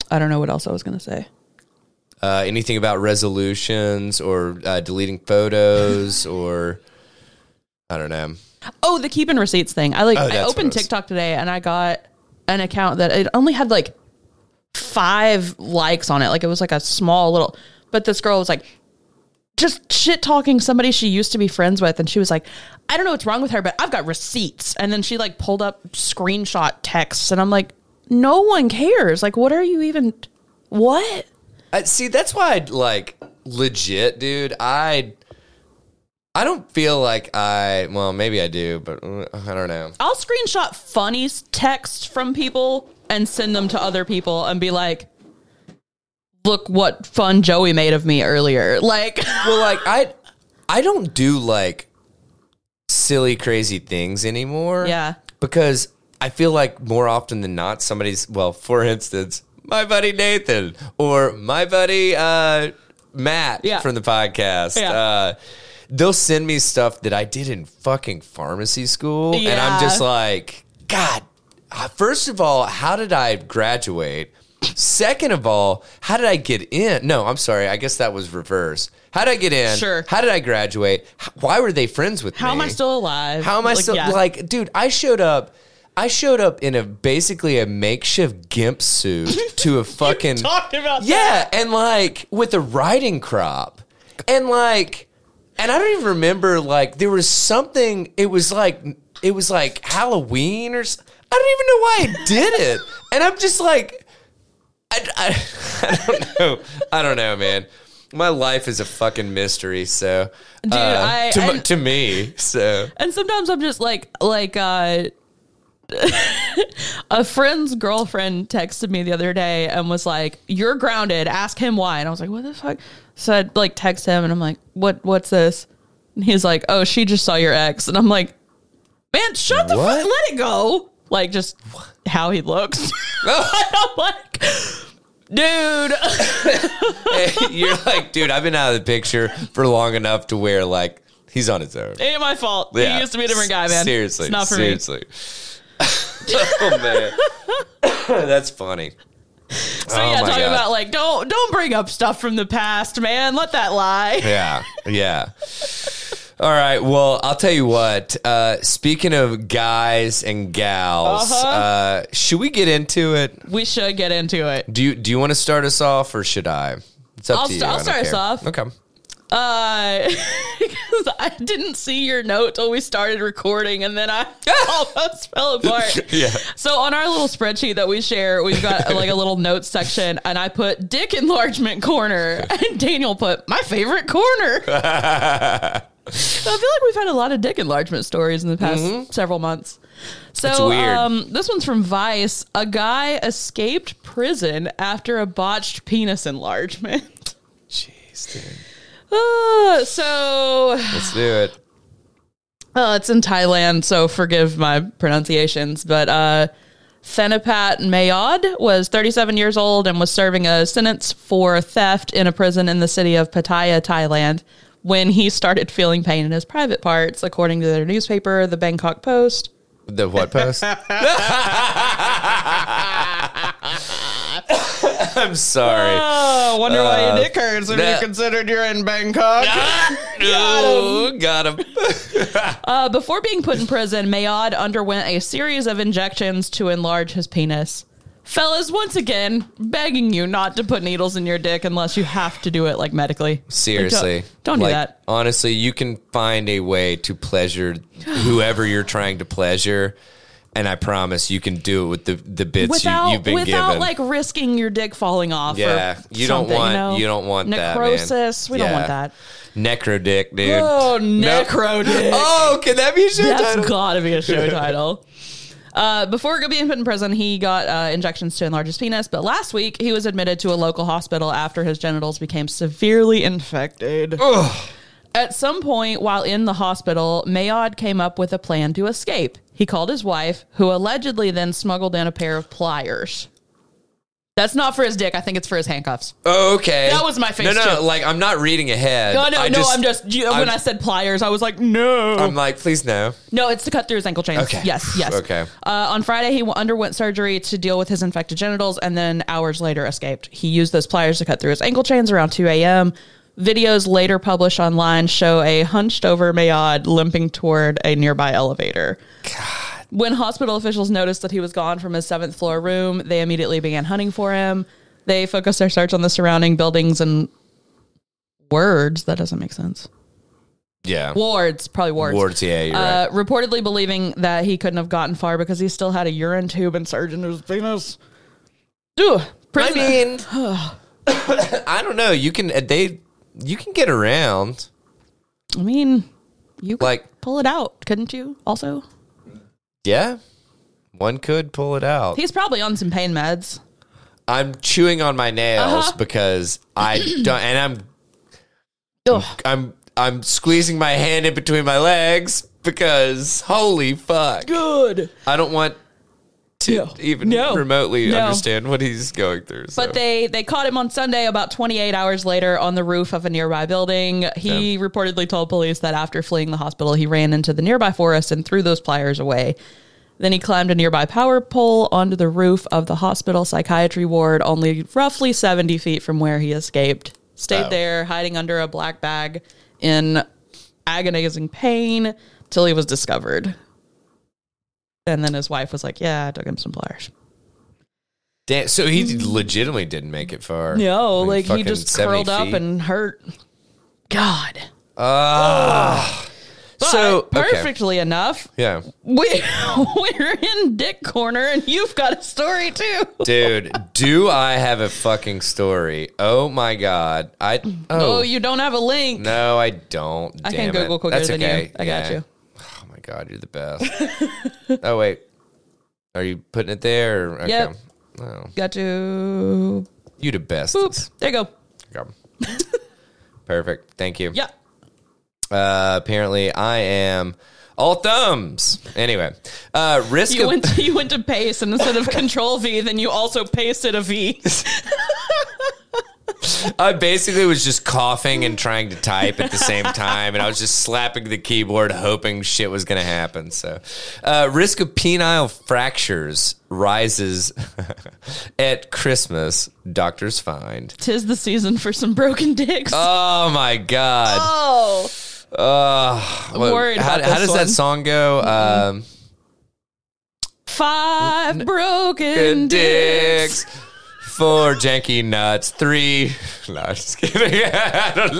Speaker 1: I don't know what else I was going to say.
Speaker 2: Uh, anything about resolutions or uh, deleting photos or I don't know.
Speaker 1: Oh, the keeping receipts thing. I like,
Speaker 2: Oh,
Speaker 1: I
Speaker 2: that's
Speaker 1: opened
Speaker 2: what it was.
Speaker 1: TikTok today and I got an account that it only had like five likes on it. Like it was like a small little, but this girl was like, just shit talking somebody she used to be friends with and she was like i don't know what's wrong with her but i've got receipts and then she like pulled up screenshot texts and i'm like no one cares like what are you even what
Speaker 2: I, see, that's why I'd like legit, dude. I I don't feel like I well, maybe I do, but uh, I don't know.
Speaker 1: i'll screenshot funny s- texts from people and send them to other people and be like look what fun joey made of me earlier like
Speaker 2: well like i i don't do like silly crazy things anymore
Speaker 1: Yeah.
Speaker 2: because i feel like more often than not somebody's well for instance my buddy nathan or my buddy uh matt
Speaker 1: Yeah.
Speaker 2: from the podcast
Speaker 1: Yeah.
Speaker 2: uh they'll send me stuff that i did in fucking pharmacy school and
Speaker 1: Yeah.
Speaker 2: i'm just like god uh, first of all how did i graduate Second of all, how did I get in? No, I'm sorry. I guess that was reverse. How did I get in?
Speaker 1: Sure.
Speaker 2: How did I graduate? H- Why were they friends with me?
Speaker 1: how am i still alive
Speaker 2: How am I still
Speaker 1: yeah.
Speaker 2: like, dude? I showed up. I showed up in a basically a makeshift gimp suit to a fucking
Speaker 1: talked about
Speaker 2: yeah, and like with a riding crop, and like, and I don't even remember like there was something. It was like it was like Halloween or s- I don't even know why I did it, and I'm just like, I, I, I don't know, I don't know, man. My life is a fucking mystery, so dude,
Speaker 1: I-
Speaker 2: to, m-
Speaker 1: and-
Speaker 2: to me, so
Speaker 1: And sometimes I'm just like like uh a friend's girlfriend texted me the other day and was like, "You're grounded. Ask him why." And I was like, "What the fuck?" So I like text him and I'm like, "What what's this?" And he's like, "Oh, she just saw your ex." And I'm like, "Man, shut the fuck
Speaker 2: What?
Speaker 1: let it go." Like just how he looks. and I'm like, "Dude,
Speaker 2: you're like, dude, I've been out of the picture for long enough to where like he's on his own.
Speaker 1: ain't my fault. He used to be a different guy, man.
Speaker 2: Seriously,
Speaker 1: It's not for me."
Speaker 2: seriously. oh man, that's funny. Oh,
Speaker 1: So yeah, talking about like don't don't bring up stuff from the past, man. Let that lie.
Speaker 2: yeah, yeah. All right. Well, I'll tell you what. Uh, speaking of guys and gals, uh
Speaker 1: Uh-huh.
Speaker 2: should we get into it?
Speaker 1: We should get into it.
Speaker 2: Do you Do you want to start us off, or should I? It's up
Speaker 1: I'll
Speaker 2: to you.
Speaker 1: st- I'll
Speaker 2: I don't
Speaker 1: start us
Speaker 2: care.
Speaker 1: off.
Speaker 2: Okay.
Speaker 1: Uh, because I didn't see your note till we started recording, and then I almost fell apart.
Speaker 2: Yeah.
Speaker 1: So on our little spreadsheet that we share, we've got like a little notes section, and I put dick enlargement corner, and Daniel put my favorite corner. so I feel like we've had a lot of dick enlargement stories in the past several months.
Speaker 2: It's
Speaker 1: So
Speaker 2: weird.
Speaker 1: um, this one's from Vice. A guy escaped prison after a botched penis enlargement.
Speaker 2: Jeez, dude.
Speaker 1: Uh, so
Speaker 2: Let's do it.
Speaker 1: uh, it's in Thailand, so forgive my pronunciations, but uh, Thanapat Mayod was 37 years old and was serving a sentence for theft in a prison in the city of Pattaya, Thailand, when he started feeling pain in his private parts, according to their newspaper, the Bangkok Post.
Speaker 2: The what post? I'm sorry.
Speaker 1: Oh, wonder
Speaker 2: Uh,
Speaker 1: why your dick hurts
Speaker 2: if you that-
Speaker 1: considered you're in Bangkok.
Speaker 2: No, got him.
Speaker 1: Uh, before being put in prison, Mayod underwent a series of injections to enlarge his penis. Fellas, once again, begging you not to put needles in your dick unless you have to do it like medically.
Speaker 2: Seriously.
Speaker 1: Like, don't don't
Speaker 2: Like,
Speaker 1: do that.
Speaker 2: Honestly, you can find a way to pleasure whoever you're trying to pleasure. And I promise you can do it with the, the bits
Speaker 1: Without
Speaker 2: you, you've been
Speaker 1: without
Speaker 2: given.
Speaker 1: like risking your dick falling off. or
Speaker 2: yeah, you don't
Speaker 1: something,
Speaker 2: want you,
Speaker 1: know?
Speaker 2: don't want
Speaker 1: necrosis.
Speaker 2: that, man.
Speaker 1: We don't want
Speaker 2: Yeah.
Speaker 1: that.
Speaker 2: Necro dick, dude.
Speaker 1: Oh,
Speaker 2: No.
Speaker 1: necro dick.
Speaker 2: Oh, can that be a show title?
Speaker 1: That's gotta be a show title. Uh, before being put in prison, he got uh, injections to enlarge his penis, but last week he was admitted to a local hospital after his genitals became severely infected.
Speaker 2: Oh,
Speaker 1: At some point while in the hospital, Mayod came up with a plan to escape. He called his wife, who allegedly then smuggled in a pair of pliers. That's not for his dick. I think it's for his handcuffs.
Speaker 2: Okay,
Speaker 1: That was my face,
Speaker 2: No, no,
Speaker 1: too.
Speaker 2: like I'm not reading ahead.
Speaker 1: No, no,
Speaker 2: I
Speaker 1: no. I'm just you- when
Speaker 2: I'm-
Speaker 1: I said pliers, I was like, no.
Speaker 2: I'm like, please no.
Speaker 1: No, it's to cut through his ankle chains.
Speaker 2: Okay.
Speaker 1: Yes, yes.
Speaker 2: Okay.
Speaker 1: Uh, on Friday, he underwent surgery to deal with his infected genitals and then hours later escaped. He used those pliers to cut through his ankle chains around 2 a.m. Videos later published online show a hunched over Mayad limping toward a nearby elevator. God. When hospital officials noticed that he was gone from his seventh floor room, they immediately began hunting for him. They focused their search on the surrounding buildings and words. That doesn't make sense.
Speaker 2: Yeah,
Speaker 1: Wards, probably wards.
Speaker 2: Wards, yeah, you're right.
Speaker 1: Uh, reportedly believing that he couldn't have gotten far because he still had a urine tube inserted into his penis. Ugh,
Speaker 2: I
Speaker 1: prison-
Speaker 2: mean, I don't know. You can uh, they you can get around.
Speaker 1: I mean, you could
Speaker 2: Like-
Speaker 1: pull it out, couldn't you? Also,
Speaker 2: Yeah, one could pull it out.
Speaker 1: he's probably on some pain meds.
Speaker 2: I'm chewing on my nails
Speaker 1: Uh-huh.
Speaker 2: because I don't, and
Speaker 1: Ugh.
Speaker 2: I'm I'm I'm squeezing my hand in between my legs because holy fuck,
Speaker 1: Good.
Speaker 2: I don't want to
Speaker 1: No.
Speaker 2: even
Speaker 1: No.
Speaker 2: remotely
Speaker 1: No.
Speaker 2: understand what he's going through. so.
Speaker 1: But they they caught him on Sunday about 28 hours later on the roof of a nearby building. He reportedly told police that after fleeing the hospital, he ran into the nearby forest and threw those pliers away. Then he climbed a nearby power pole onto the roof of the hospital psychiatry ward, only roughly 70 feet from where he escaped. Stayed
Speaker 2: Oh.
Speaker 1: there, hiding under a black bag in agonizing pain till he was discovered. And then his wife was like, Yeah, I took him some pliers.
Speaker 2: Damn, so he legitimately didn't make it far.
Speaker 1: No, like he
Speaker 2: fucking
Speaker 1: just
Speaker 2: 70
Speaker 1: curled up
Speaker 2: feet.
Speaker 1: and hurt. God.
Speaker 2: Ah, so
Speaker 1: So
Speaker 2: okay.
Speaker 1: perfectly enough,
Speaker 2: Yeah,
Speaker 1: we we're in Dick Corner, and you've got a story too.
Speaker 2: dude, do I have a fucking story? Oh my god, I
Speaker 1: Oh,
Speaker 2: oh,
Speaker 1: you don't have a link.
Speaker 2: no, I don't.
Speaker 1: I can
Speaker 2: Damn it.
Speaker 1: Google quicker
Speaker 2: That's
Speaker 1: than you.
Speaker 2: okay.
Speaker 1: I got you.
Speaker 2: Oh my god, you're the best. oh wait, are you putting it there? Or, okay.
Speaker 1: Yep.
Speaker 2: Oh,
Speaker 1: Got to
Speaker 2: you the best.
Speaker 1: boop. There you go.
Speaker 2: Okay. Perfect. Thank you.
Speaker 1: Yeah.
Speaker 2: Uh, apparently, I am all thumbs. Anyway, uh, risk
Speaker 1: You
Speaker 2: of
Speaker 1: went you went to pace, and instead of Control V, then you also pasted a V.
Speaker 2: I basically was just coughing and trying to type at the same time, and I was just slapping the keyboard, hoping shit was going to happen. So, uh, risk of penile fractures rises at Christmas. Doctors find.
Speaker 1: Tis the season for some broken dicks.
Speaker 2: Oh my god!
Speaker 1: oh,
Speaker 2: Uh, what-
Speaker 1: worried
Speaker 2: how,
Speaker 1: about
Speaker 2: how
Speaker 1: this
Speaker 2: does that
Speaker 1: one.
Speaker 2: song go? Um,
Speaker 1: five broken
Speaker 2: and
Speaker 1: dicks.
Speaker 2: dicks. Four janky nuts. Three. No, I'm just kidding. I don't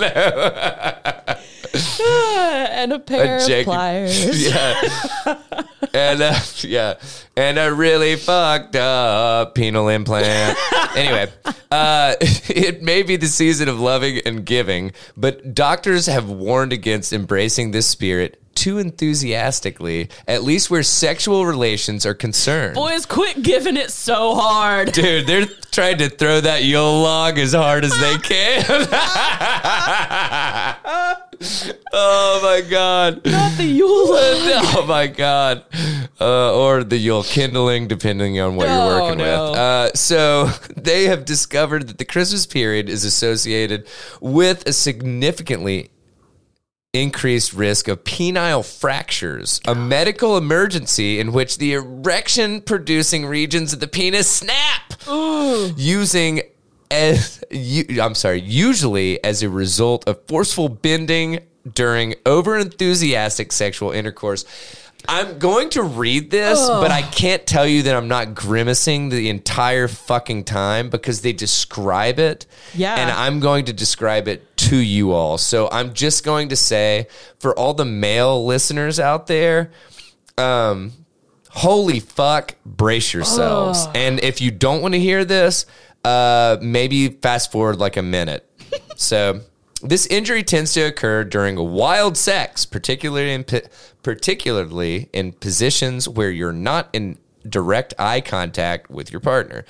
Speaker 2: know.
Speaker 1: and a pair
Speaker 2: janky-
Speaker 1: of pliers.
Speaker 2: yeah. And uh, yeah, and a really fucked up penal implant. anyway, uh, it may be the season of loving and giving, but doctors have warned against embracing this spirit too enthusiastically, at least where sexual relations are concerned.
Speaker 1: Boys, quit giving it so hard.
Speaker 2: Dude, they're trying to throw that Yule log as hard as they can. oh my god.
Speaker 1: Not the Yule log.
Speaker 2: Oh my god. Uh, or the Yule kindling, depending on what you're
Speaker 1: No,
Speaker 2: working
Speaker 1: no.
Speaker 2: with. Uh, so they have discovered that the Christmas period is associated with a significantly increased risk of penile fractures, a medical emergency in which the erection producing regions of the penis snap using as u- I'm sorry, usually as a result of forceful bending during over enthusiastic sexual intercourse. I'm going to read this, but I can't tell you that I'm not grimacing the entire fucking time because they describe it.
Speaker 1: Yeah.
Speaker 2: And I'm going to describe it to you all. So I'm just going to say for all the male listeners out there, um, holy fuck, brace
Speaker 1: Oh.
Speaker 2: yourselves. And if you don't want to hear this, uh, maybe fast forward like a minute. so this injury tends to occur during wild sex, particularly in pi- particularly in positions where you're not in direct eye contact with your partner,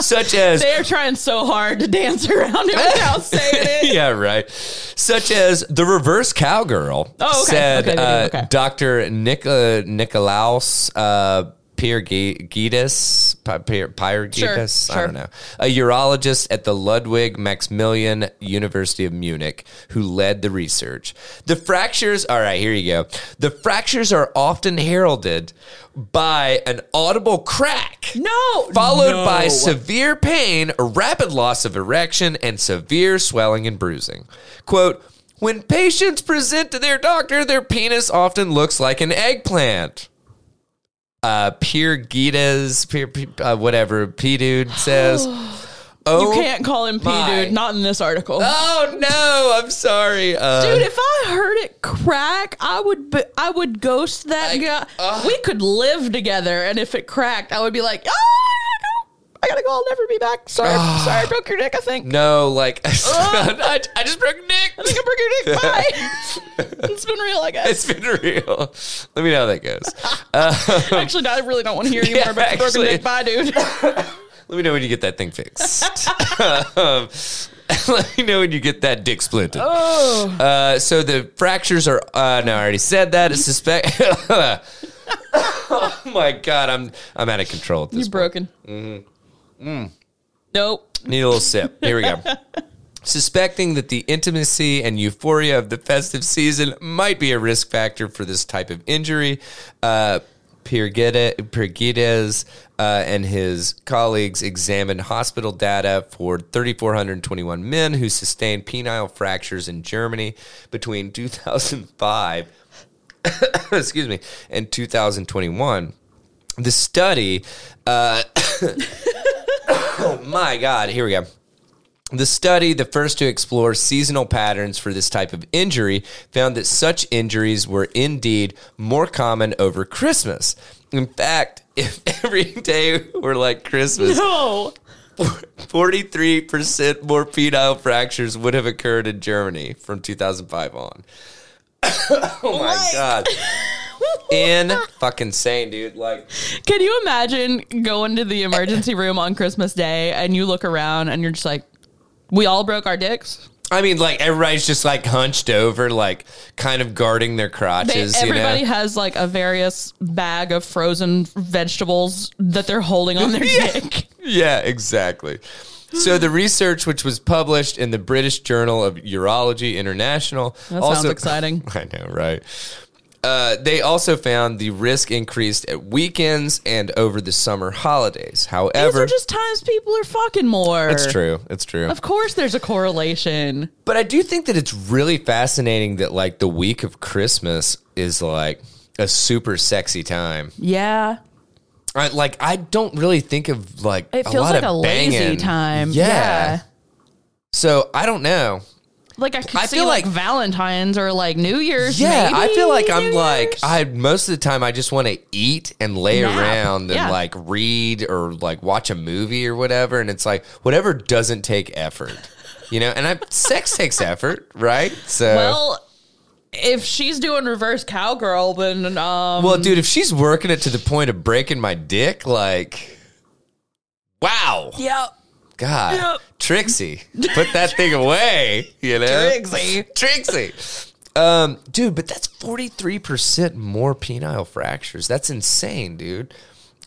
Speaker 2: such as
Speaker 1: They are trying so hard to dance around it without saying it.
Speaker 2: yeah, right. Such as the reverse cowgirl
Speaker 1: Oh, okay.
Speaker 2: said
Speaker 1: Okay, they do.
Speaker 2: uh,
Speaker 1: Okay.
Speaker 2: Dr. Nic- uh, Nikolaus uh, Pyrgitis, Pyrgitis,
Speaker 1: Sure,
Speaker 2: I
Speaker 1: sure.
Speaker 2: don't know, a urologist at the Ludwig Maximilian University of Munich who led the research. The fractures, all right, here you go. The fractures are often heralded by an audible crack
Speaker 1: No.
Speaker 2: followed
Speaker 1: No.
Speaker 2: by severe pain, rapid loss of erection, and severe swelling and bruising. Quote, when patients present to their doctor, their penis often looks like an eggplant. Uh, Pierre Gitas, Pier, uh, whatever, P dude says.
Speaker 1: You
Speaker 2: Oh,
Speaker 1: can't call him P,
Speaker 2: my.
Speaker 1: dude. Not in this article.
Speaker 2: Oh no, I'm sorry. Uh,
Speaker 1: Dude, if I heard it crack, I would be, I would ghost that
Speaker 2: Like, uh.
Speaker 1: guy.
Speaker 2: ugh.
Speaker 1: we could live together, and if it cracked, I would be like, oh, I gotta go. I gotta go. I'll never be back. Sorry,
Speaker 2: Ah.
Speaker 1: sorry, I broke your dick. I think.
Speaker 2: no, like
Speaker 1: Oh.
Speaker 2: I, I just broke
Speaker 1: I
Speaker 2: Nick.
Speaker 1: think I broke your dick. Bye. it's been real, I guess.
Speaker 2: It's been real. Let me know how that goes.
Speaker 1: Actually, no, I really don't want to hear anymore
Speaker 2: Yeah,
Speaker 1: about the broken
Speaker 2: actually.
Speaker 1: dick. Bye, dude.
Speaker 2: Let me know when you get that thing fixed. Um, let me know when you get that dick splinted.
Speaker 1: oh,
Speaker 2: Uh, so the fractures are. Uh, no, I already said that. It's suspect. oh my god, I'm I'm out of control at this. Mm-hmm. Mm.
Speaker 1: you're
Speaker 2: point.
Speaker 1: broken. Nope.
Speaker 2: Need a little sip. Here we go. Suspecting that the intimacy and euphoria of the festive season might be a risk factor for this type of injury, uh, Pirgides uh, and his colleagues examined hospital data for 3,421 men who sustained penile fractures in Germany between 2005 excuse me, in 2021. The study, uh, oh my God, here we go. The study, the first to explore seasonal patterns for this type of injury, found that such injuries were indeed more common over Christmas. In fact, if every day were like Christmas,
Speaker 1: No.
Speaker 2: 43% more penile fractures would have occurred in Germany from 2005 on. oh my
Speaker 1: What?
Speaker 2: god. In fucking sane, dude. Like,
Speaker 1: Can you imagine going to the emergency room on Christmas Day and you look around and you're just like, we all broke our dicks?
Speaker 2: I mean, like everybody's just like hunched over, like kind of guarding their
Speaker 1: They,
Speaker 2: crotches, you
Speaker 1: everybody
Speaker 2: know.
Speaker 1: has like a various bag of frozen vegetables that they're holding on their dick.
Speaker 2: Yeah, exactly. So the research, which was published in the British Journal of Urology International,
Speaker 1: That sounds exciting.
Speaker 2: I know, right? Uh, they also found the risk increased at weekends and over the summer holidays.
Speaker 1: Those
Speaker 2: However,
Speaker 1: are just times people are fucking more.
Speaker 2: it's true. It's true.
Speaker 1: Of course, there's a correlation.
Speaker 2: But I do think that it's really fascinating that like the week of Christmas is like a super sexy time.
Speaker 1: Yeah,
Speaker 2: I, like I don't really think of like
Speaker 1: it
Speaker 2: a
Speaker 1: feels
Speaker 2: lot
Speaker 1: like
Speaker 2: of
Speaker 1: a lazy
Speaker 2: banging.
Speaker 1: time.
Speaker 2: Yeah. So I don't know.
Speaker 1: like I could
Speaker 2: I
Speaker 1: see
Speaker 2: feel
Speaker 1: like,
Speaker 2: like-
Speaker 1: Valentine's or like New Year's.
Speaker 2: Yeah, I feel like
Speaker 1: maybe,
Speaker 2: I'm
Speaker 1: New
Speaker 2: like
Speaker 1: Year's.
Speaker 2: I most of the time I just want to eat and lay
Speaker 1: Nap.
Speaker 2: around and
Speaker 1: Yeah.
Speaker 2: like read or like watch a movie or whatever and it's like whatever doesn't take effort. You know, and I sex takes effort, right? So
Speaker 1: well, if she's doing reverse cowgirl, then um,
Speaker 2: Well, dude, if she's working it to the point of breaking my dick, like, wow,
Speaker 1: yeah,
Speaker 2: God,
Speaker 1: Yep.
Speaker 2: Trixie, put that thing away, you know,
Speaker 1: Trixie.
Speaker 2: Trixie. Um, dude, but that's forty three percent more penile fractures. That's insane, dude.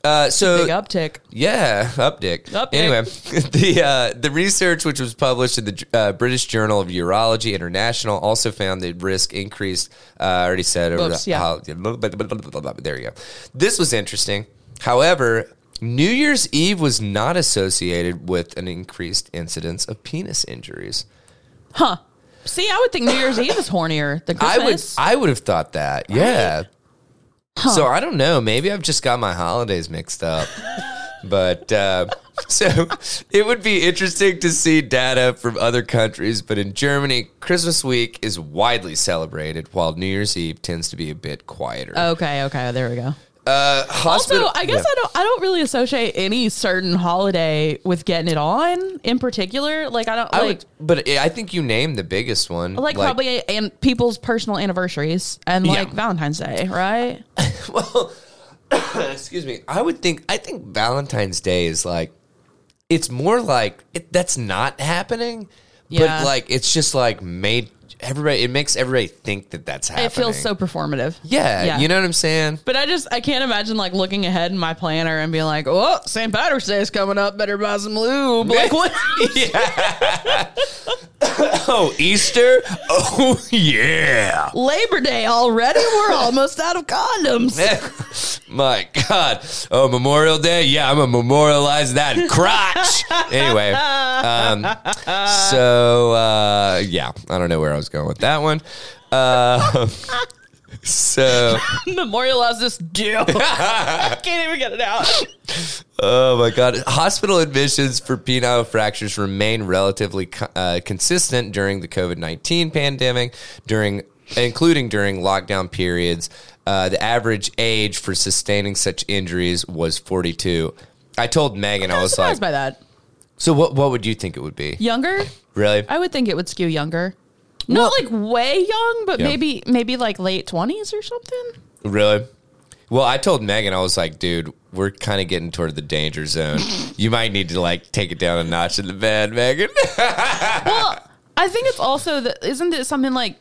Speaker 2: Uh, so
Speaker 1: big uptick.
Speaker 2: yeah, updick.
Speaker 1: Updick.
Speaker 2: Anyway, the uh, the research which was published in the uh, British Journal of Urology International also found that risk increased. Uh, I already said over
Speaker 1: Whoops,
Speaker 2: the
Speaker 1: yeah.
Speaker 2: hol- There you go. This was interesting. However, New Year's Eve was not associated with an increased incidence of penis injuries.
Speaker 1: Huh. See, I would think New Year's Eve is hornier than
Speaker 2: I would
Speaker 1: Christmas.
Speaker 2: I would have thought that. Yeah. So I don't know. Maybe I've just got my holidays mixed up. but uh, so it would be interesting to see data from other countries. But in Germany, Christmas week is widely celebrated, while New Year's Eve tends to be a bit quieter.
Speaker 1: okay, okay, there we go.
Speaker 2: uh,
Speaker 1: Oh. Also,
Speaker 2: hospital-
Speaker 1: I guess
Speaker 2: Yeah.
Speaker 1: I don't I don't really associate any certain holiday with getting it on in particular. Like I don't
Speaker 2: I
Speaker 1: like
Speaker 2: would, but eh, I think you named the biggest one.
Speaker 1: like, probably and people's personal anniversaries and
Speaker 2: Yeah.
Speaker 1: like Valentine's Day, right?
Speaker 2: well, excuse me. I would think I think Valentine's Day is like it's more like it, that's not happening,
Speaker 1: Yeah.
Speaker 2: but like it's just like made everybody. It makes everybody think that that's happening.
Speaker 1: It feels so performative.
Speaker 2: Yeah,
Speaker 1: Yeah.
Speaker 2: you know what I'm saying.
Speaker 1: But I just I can't imagine like looking ahead in my planner and being like, "Oh, St. Patrick's Day is coming up. Better buy some lube." Like what?
Speaker 2: Oh, Easter. Oh yeah.
Speaker 1: Labor Day already? We're almost out of condoms.
Speaker 2: My God. Oh, Memorial Day? Yeah, I'm going to memorialize that crotch. anyway. Um, so, uh, yeah, I don't know where I was going with that one. Uh, so,
Speaker 1: Memorialize this deal. I can't even get it out.
Speaker 2: oh my God. Hospital admissions for penile fractures remain relatively co- uh, consistent during the COVID 19 pandemic, during including during lockdown periods. Uh, the average age for sustaining such injuries was 42. I told Megan, I
Speaker 1: I was
Speaker 2: was like,
Speaker 1: surprised by that.
Speaker 2: So what what would you think it would be?
Speaker 1: Younger?
Speaker 2: Really?
Speaker 1: I would think it would skew younger. Not like way young, but
Speaker 2: Yeah.
Speaker 1: maybe maybe like late twenties or something.
Speaker 2: Really? Well, I told Megan I was like, dude, we're kind of getting toward the danger zone. you might need to like take it down a notch in the bed, Megan.
Speaker 1: I think it's also that isn't it something like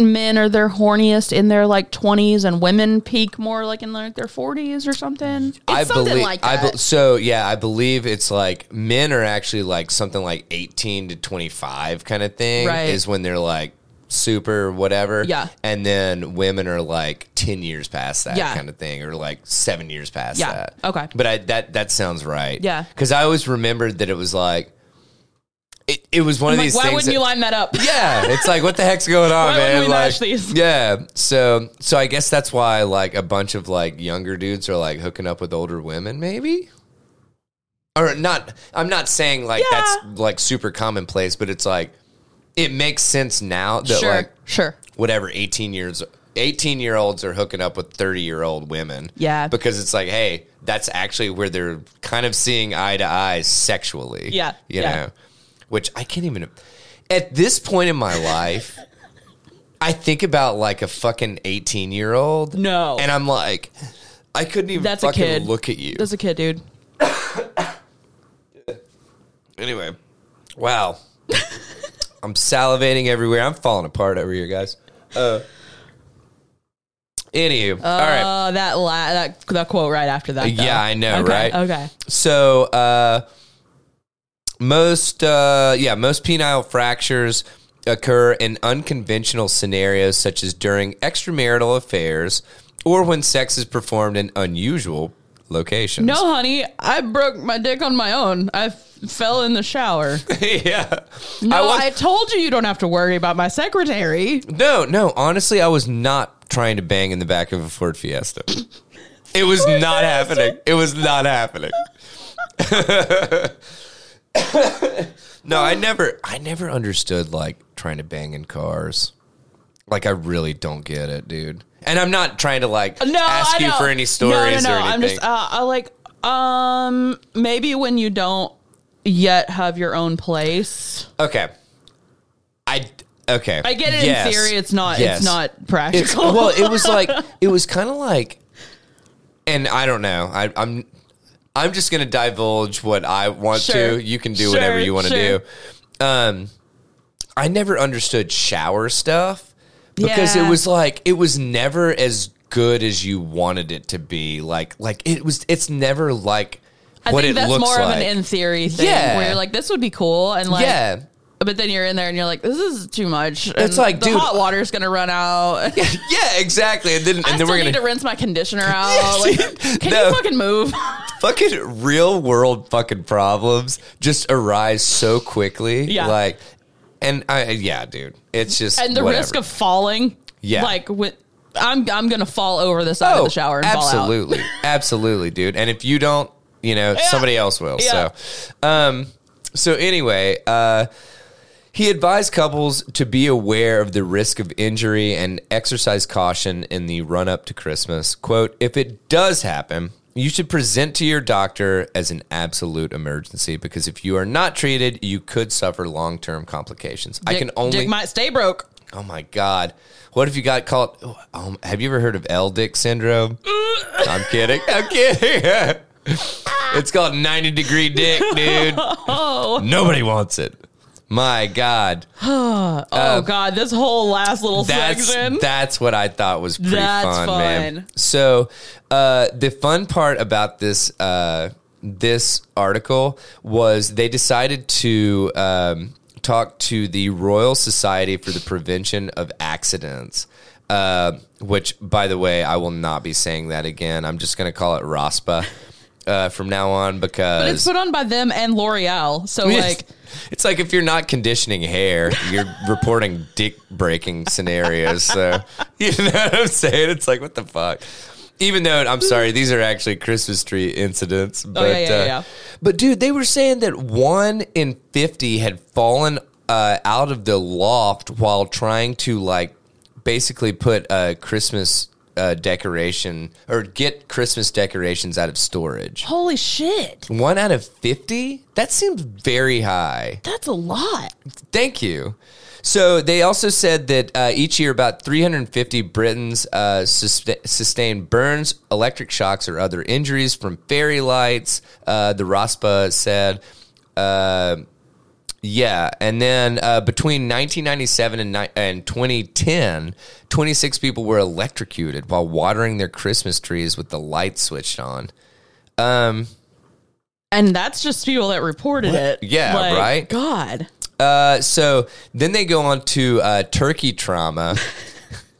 Speaker 1: men are their horniest in their like twenties and women peak more like in like their forties or something. It's
Speaker 2: I
Speaker 1: something
Speaker 2: believe
Speaker 1: like
Speaker 2: I
Speaker 1: that.
Speaker 2: be- so yeah, I believe it's like men are actually like something like 18 to 25 kind of thing
Speaker 1: Right.
Speaker 2: is when they're like super whatever.
Speaker 1: Yeah.
Speaker 2: And then women are like 10 years past that
Speaker 1: Yeah.
Speaker 2: kind of thing or like 7 years past
Speaker 1: Yeah.
Speaker 2: that.
Speaker 1: Okay.
Speaker 2: But I that that sounds right.
Speaker 1: Yeah.
Speaker 2: Cuz I always remembered that it was like it, it was one of
Speaker 1: like,
Speaker 2: these
Speaker 1: why
Speaker 2: things
Speaker 1: wouldn't
Speaker 2: that-
Speaker 1: you line that up?
Speaker 2: yeah, it's like what the heck's going on,
Speaker 1: Why wouldn't
Speaker 2: man?
Speaker 1: we
Speaker 2: like,
Speaker 1: match these?
Speaker 2: yeah. So, so I guess that's why like a bunch of like younger dudes are like hooking up with older women, maybe. Or not. I'm not saying like
Speaker 1: Yeah.
Speaker 2: that's like super commonplace, but it's like it makes sense now that
Speaker 1: sure,
Speaker 2: like
Speaker 1: sure.
Speaker 2: whatever 18 years 18 year olds are hooking up with 30 year old women.
Speaker 1: Yeah.
Speaker 2: Because it's like, hey, that's actually where they're kind of seeing eye to eye sexually.
Speaker 1: Yeah,
Speaker 2: You
Speaker 1: yeah.
Speaker 2: know, which I can't even. At this point in my life, I think about like a fucking 18 year old.
Speaker 1: No.
Speaker 2: And I'm like, I couldn't even
Speaker 1: That's a
Speaker 2: fucking
Speaker 1: kid.
Speaker 2: look at you.
Speaker 1: That's a kid, dude.
Speaker 2: anyway, wow. I'm salivating everywhere. I'm falling apart over here, guys. Uh, anywho, all right.
Speaker 1: Uh, that la- that that quote right after that. though.
Speaker 2: Yeah, I know,
Speaker 1: Okay,
Speaker 2: right?
Speaker 1: Okay.
Speaker 2: So, uh, most uh, yeah most penile fractures occur in unconventional scenarios such as during extramarital affairs or when sex is performed in unusual locations
Speaker 1: No, honey, I broke my dick on my own. I f- fell in the shower.
Speaker 2: yeah
Speaker 1: No,
Speaker 2: I
Speaker 1: I,
Speaker 2: want-
Speaker 1: told you you don't have to worry about my secretary.
Speaker 2: no no honestly i was not trying to bang in the back of a ford fiesta it was not happening it was not happening no i never i never understood like trying to bang in cars like i really don't get it dude and i'm not trying to like
Speaker 1: No,
Speaker 2: ask
Speaker 1: I
Speaker 2: you
Speaker 1: know.
Speaker 2: for any stories
Speaker 1: No, no, no.
Speaker 2: or anything
Speaker 1: I'm just uh, I like um maybe when you don't yet have your own place.
Speaker 2: okay i okay
Speaker 1: uh, I get it
Speaker 2: Yes.
Speaker 1: in theory. It's not.
Speaker 2: Yes.
Speaker 1: It's not
Speaker 2: It's-
Speaker 1: practical.
Speaker 2: well, it was like it was kind of like, and I don't know. I, I'm I'm just gonna divulge what I want
Speaker 1: Sure.
Speaker 2: to. You can do
Speaker 1: Sure,
Speaker 2: whatever you want to
Speaker 1: sure.
Speaker 2: do. Um, I never understood shower stuff because it
Speaker 1: Yeah.
Speaker 2: was like it was never as good as you wanted it to be. Like like it was. It's never like
Speaker 1: I
Speaker 2: what
Speaker 1: think
Speaker 2: it
Speaker 1: that's
Speaker 2: looks
Speaker 1: more
Speaker 2: like.
Speaker 1: of an in theory thing
Speaker 2: Yeah.
Speaker 1: where you're like, this would be cool, and like,
Speaker 2: yeah.
Speaker 1: but then you're in there and you're like, this is too much. And
Speaker 2: It's like,
Speaker 1: the
Speaker 2: dude-
Speaker 1: hot water's gonna run out.
Speaker 2: Yeah, exactly. And then, and
Speaker 1: I
Speaker 2: then
Speaker 1: still
Speaker 2: we're gonna
Speaker 1: need to rinse my conditioner out.
Speaker 2: Yes,
Speaker 1: Like, can
Speaker 2: no.
Speaker 1: you fucking move?
Speaker 2: fucking real world fucking problems just arise so quickly.
Speaker 1: Yeah.
Speaker 2: Like, and I, yeah, dude, it's just
Speaker 1: and the
Speaker 2: whatever.
Speaker 1: risk of falling.
Speaker 2: Yeah.
Speaker 1: Like with I'm I'm gonna fall over the side of the shower and fall out.
Speaker 2: Oh, absolutely, absolutely, dude. And if you don't, you know, somebody else will.
Speaker 1: Yeah.
Speaker 2: So, um, so anyway, uh, he advised couples to be aware of the risk of injury and exercise caution in the run up to Christmas. Quote, if it does happen, you should present to your doctor as an absolute emergency because if you are not treated, you could suffer long term complications. I
Speaker 1: Dick-
Speaker 2: can only
Speaker 1: Dick might stay broke.
Speaker 2: Oh my God. What if you got called? oh, Um, have you ever heard of L Dick syndrome? I'm kidding. I'm kidding. it's called 90 degree dick, dude. Nobody wants it. My God.
Speaker 1: Oh god, this whole last little
Speaker 2: Uh, That's,
Speaker 1: section.
Speaker 2: that's what I thought was pretty
Speaker 1: That's
Speaker 2: fun, man.
Speaker 1: fun.
Speaker 2: So uh, the fun part about this uh, this article was they decided to um, talk to the Royal Society for the Prevention of Accidents. Uh, which, by the way, I will not be saying that again. I'm just going to call it ROSPA uh, from now on
Speaker 1: but it's
Speaker 2: because
Speaker 1: put on by them and L'Oreal. So like
Speaker 2: it's like if you're not conditioning hair, you're reporting dick breaking scenarios. So you know what I'm saying? It's like what the fuck. Even though I'm sorry, these are actually Christmas tree incidents. But
Speaker 1: Oh, yeah, yeah,
Speaker 2: uh,
Speaker 1: yeah.
Speaker 2: but dude, they were saying that one in fifty had fallen uh, out of the loft while trying to like basically put a Christmas uh, decoration or get Christmas decorations out of storage.
Speaker 1: holy shit.
Speaker 2: One out of fifty? That seems very high.
Speaker 1: That's a lot.
Speaker 2: Thank you. So they also said that uh, each year about 350 Britons uh, suspe- sustain burns, electric shocks, or other injuries from fairy lights. Uh, the RASPA said. Uh, yeah, and then uh, between 1997 and, ni- and 2010, 26 people were electrocuted while watering their Christmas trees with the lights switched on.
Speaker 1: And that's just people that reported it.
Speaker 2: Yeah,
Speaker 1: Like,
Speaker 2: right?
Speaker 1: God.
Speaker 2: Uh, so then they go on to uh, turkey trauma,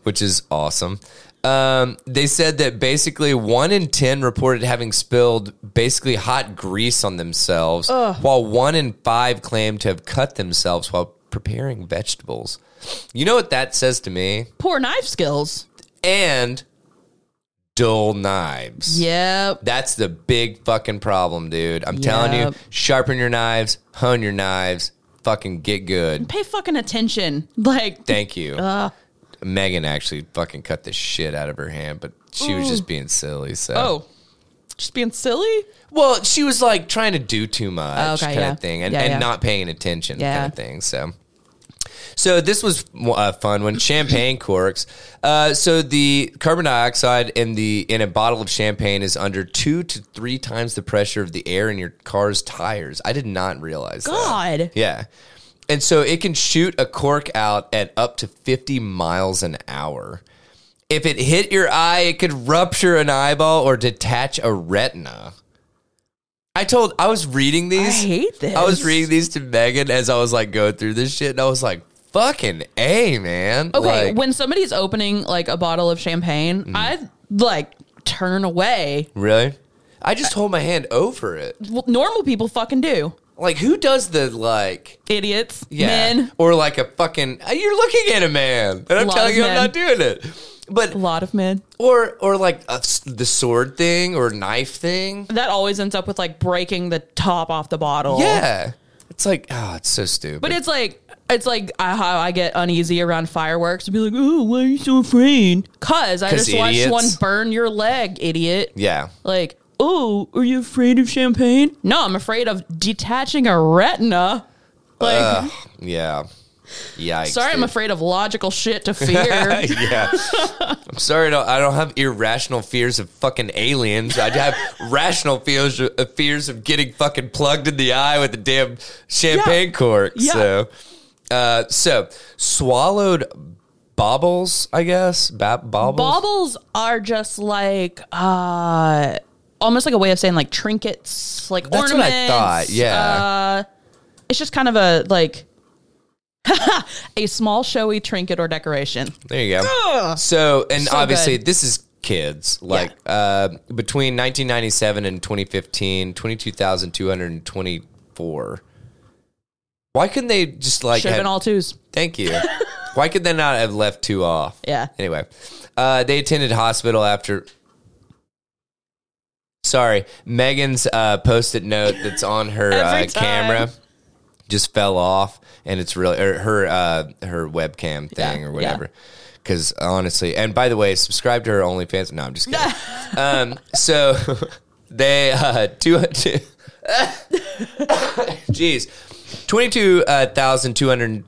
Speaker 2: which is awesome. Um, they said that basically one in 10 reported having spilled basically hot grease on themselves, while one in five claimed to have cut themselves while preparing vegetables. You know what that says to me?
Speaker 1: Poor knife skills.
Speaker 2: And dull knives.
Speaker 1: Yep.
Speaker 2: That's the big fucking problem, dude. I'm telling you,
Speaker 1: Yep.
Speaker 2: sharpen your knives, hone your knives, fucking get good.
Speaker 1: Pay fucking attention. Like uh,
Speaker 2: Thank you. Megan actually fucking cut the shit out of her hand, but she was just being silly. So,
Speaker 1: oh. Just being silly?
Speaker 2: well, she was like trying to do too much
Speaker 1: Oh, Okay,
Speaker 2: kind
Speaker 1: yeah.
Speaker 2: of thing, and,
Speaker 1: Yeah,
Speaker 2: and
Speaker 1: yeah.
Speaker 2: not paying attention
Speaker 1: Yeah.
Speaker 2: kind of thing. So, so this was a fun one. Champagne corks. Uh, so the carbon dioxide in the in a bottle of champagne is under two to three times the pressure of the air in your car's tires. I did not realize that.
Speaker 1: God.
Speaker 2: Yeah. And so it can shoot a cork out at up to 50 miles an hour. If it hit your eye, it could rupture an eyeball or detach a retina. I told I was reading these.
Speaker 1: hate this.
Speaker 2: I was reading these to Megan as I was like going through this shit, and I was like, "Fucking a man."
Speaker 1: Okay,
Speaker 2: Like, Mm.
Speaker 1: when somebody's opening like a bottle of champagne, I like turn away.
Speaker 2: really? I just hold my hand over it.
Speaker 1: Well, normal people fucking do.
Speaker 2: Like, who does the like?
Speaker 1: Idiots,
Speaker 2: Yeah.
Speaker 1: men,
Speaker 2: Or like a fucking. uh, You're looking at a man, and I'm
Speaker 1: Lot
Speaker 2: telling
Speaker 1: of
Speaker 2: you,
Speaker 1: men.
Speaker 2: I'm not doing it.
Speaker 1: a
Speaker 2: But
Speaker 1: lot of men.
Speaker 2: or or like a s the sword thing or knife thing.
Speaker 1: That always ends up with like breaking the top off the bottle.
Speaker 2: Yeah, it's like oh, it's so stupid.
Speaker 1: But it's like it's like I, how I get uneasy around fireworks and be like, "Oh, why are you so afraid?" Cause I
Speaker 2: 'Cause
Speaker 1: just watched
Speaker 2: idiots.
Speaker 1: one burn your leg, idiot.
Speaker 2: yeah,
Speaker 1: Like, oh, are you afraid of champagne? No, I'm afraid of detaching a retina. Like,
Speaker 2: Ugh, yeah, yikes.
Speaker 1: sorry, I'm
Speaker 2: dude.
Speaker 1: afraid of logical shit to fear.
Speaker 2: yeah. I'm sorry. I don't, I don't have irrational fears of fucking aliens. I have rational fears of, of fears of getting fucking plugged in the eye with a damn champagne
Speaker 1: Yeah.
Speaker 2: cork.
Speaker 1: Yeah.
Speaker 2: So, uh, so swallowed baubles, I guess. Ba- baubles.
Speaker 1: Baubles are just like uh almost like a way of saying like trinkets, like
Speaker 2: That's what I
Speaker 1: ornaments.
Speaker 2: thought, yeah.
Speaker 1: Uh, it's just kind of a like a small showy trinket or decoration.
Speaker 2: There you go. So, and
Speaker 1: Ah, So
Speaker 2: obviously,
Speaker 1: good.
Speaker 2: this is kids. Like uh, between 1997 and 2015, 22,224. Why couldn't they just like
Speaker 1: Should have
Speaker 2: have-
Speaker 1: been all twos.
Speaker 2: Thank you. Why could they not have left two off?
Speaker 1: Yeah.
Speaker 2: Anyway, uh, they attended hospital after. Sorry, Megan's uh, post-it note that's on her
Speaker 1: Every
Speaker 2: uh,
Speaker 1: time.
Speaker 2: camera just fell off, and it's really or her uh, her webcam thing
Speaker 1: Yeah,
Speaker 2: or
Speaker 1: yeah.
Speaker 2: whatever. Because honestly, and by the way, subscribe to her OnlyFans. No, I'm just kidding. um, so they uh, two. two Jeez, twenty-two uh, thousand two hundred.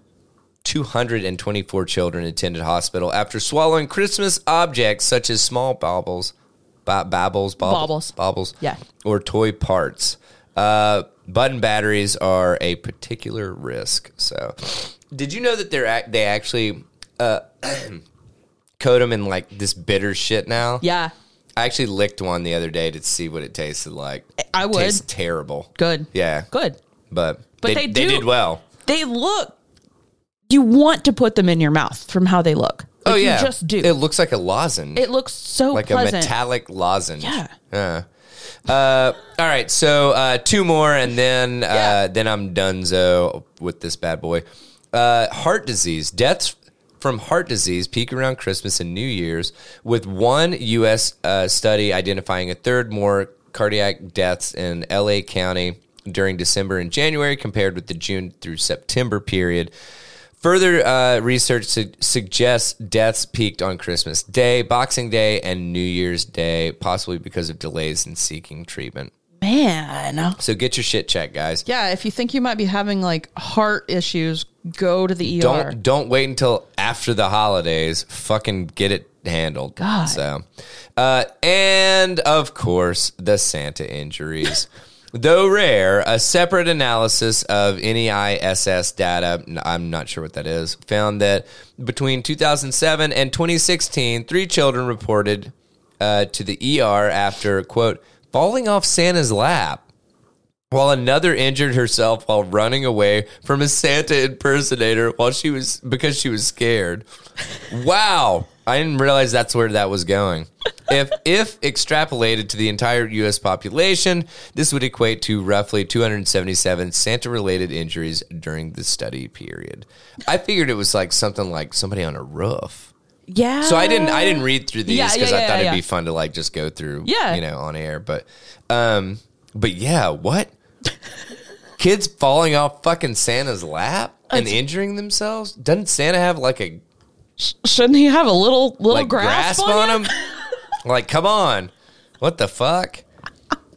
Speaker 2: 224 children attended hospital after swallowing Christmas objects such as small baubles, ba- babbles, baubles,
Speaker 1: Baubles.
Speaker 2: baubles,
Speaker 1: Yeah.
Speaker 2: or toy parts. Uh, button batteries are a particular risk. So, did you know that they're ac- they actually uh, coat them in like this bitter shit now?
Speaker 1: Yeah.
Speaker 2: I actually licked one the other day to see what it tasted like.
Speaker 1: I
Speaker 2: It
Speaker 1: would.
Speaker 2: tastes terrible.
Speaker 1: Good.
Speaker 2: Yeah,
Speaker 1: Good.
Speaker 2: but
Speaker 1: But
Speaker 2: they,
Speaker 1: they
Speaker 2: they
Speaker 1: do-
Speaker 2: did well.
Speaker 1: They look you want to put them in your mouth from how they look. Like,
Speaker 2: oh yeah,
Speaker 1: You just do.
Speaker 2: It
Speaker 1: It,
Speaker 2: looks like a lozenge.
Speaker 1: looks so
Speaker 2: like
Speaker 1: pleasant.
Speaker 2: a metallic lozenge.
Speaker 1: Yeah.
Speaker 2: Yeah. Uh, all right, so uh, two more, and then uh,
Speaker 1: Yeah.
Speaker 2: then I'm donezo with this bad boy. Uh, heart disease deaths from heart disease peak around Christmas and New Year's, with one U.S. Uh, study identifying a third more cardiac deaths in L.A. County during December and January compared with the June through September period. Further uh, research su- suggests deaths peaked on Christmas Day, Boxing Day, and New Year's Day, possibly because of delays in seeking treatment.
Speaker 1: Man.
Speaker 2: So get your shit checked, guys.
Speaker 1: Yeah, if you think you might be having like heart issues, go to the ER.
Speaker 2: Don't don't wait until after the holidays. Fucking get it handled.
Speaker 1: God.
Speaker 2: So, uh, and of course, the Santa injuries. Though rare, a separate analysis of E NEISS data, n- I'm not sure what that is, found that between 2007 and 2016, three children reported uh, to the ER after, quote, falling off Santa's lap while another injured herself while running away from a Santa impersonator while she was because she was scared. Wow. I didn't realize that's where that was going. If if extrapolated to the entire US population, this would equate to roughly 277 Santa related injuries during the study period. I figured it was like something like somebody on a roof.
Speaker 1: Yeah.
Speaker 2: So I didn't I didn't read through these
Speaker 1: Oh. Yeah,
Speaker 2: because
Speaker 1: yeah,
Speaker 2: I
Speaker 1: yeah,
Speaker 2: thought it'd
Speaker 1: yeah.
Speaker 2: be fun to like just go through
Speaker 1: Yeah.
Speaker 2: you know on air. But um but yeah, what? Kids falling off fucking Santa's lap and injuring themselves? Doesn't Santa have like a
Speaker 1: Shouldn't he have a little little
Speaker 2: like
Speaker 1: grasp,
Speaker 2: grasp, on,
Speaker 1: on, him?
Speaker 2: him? like, come on. What the fuck?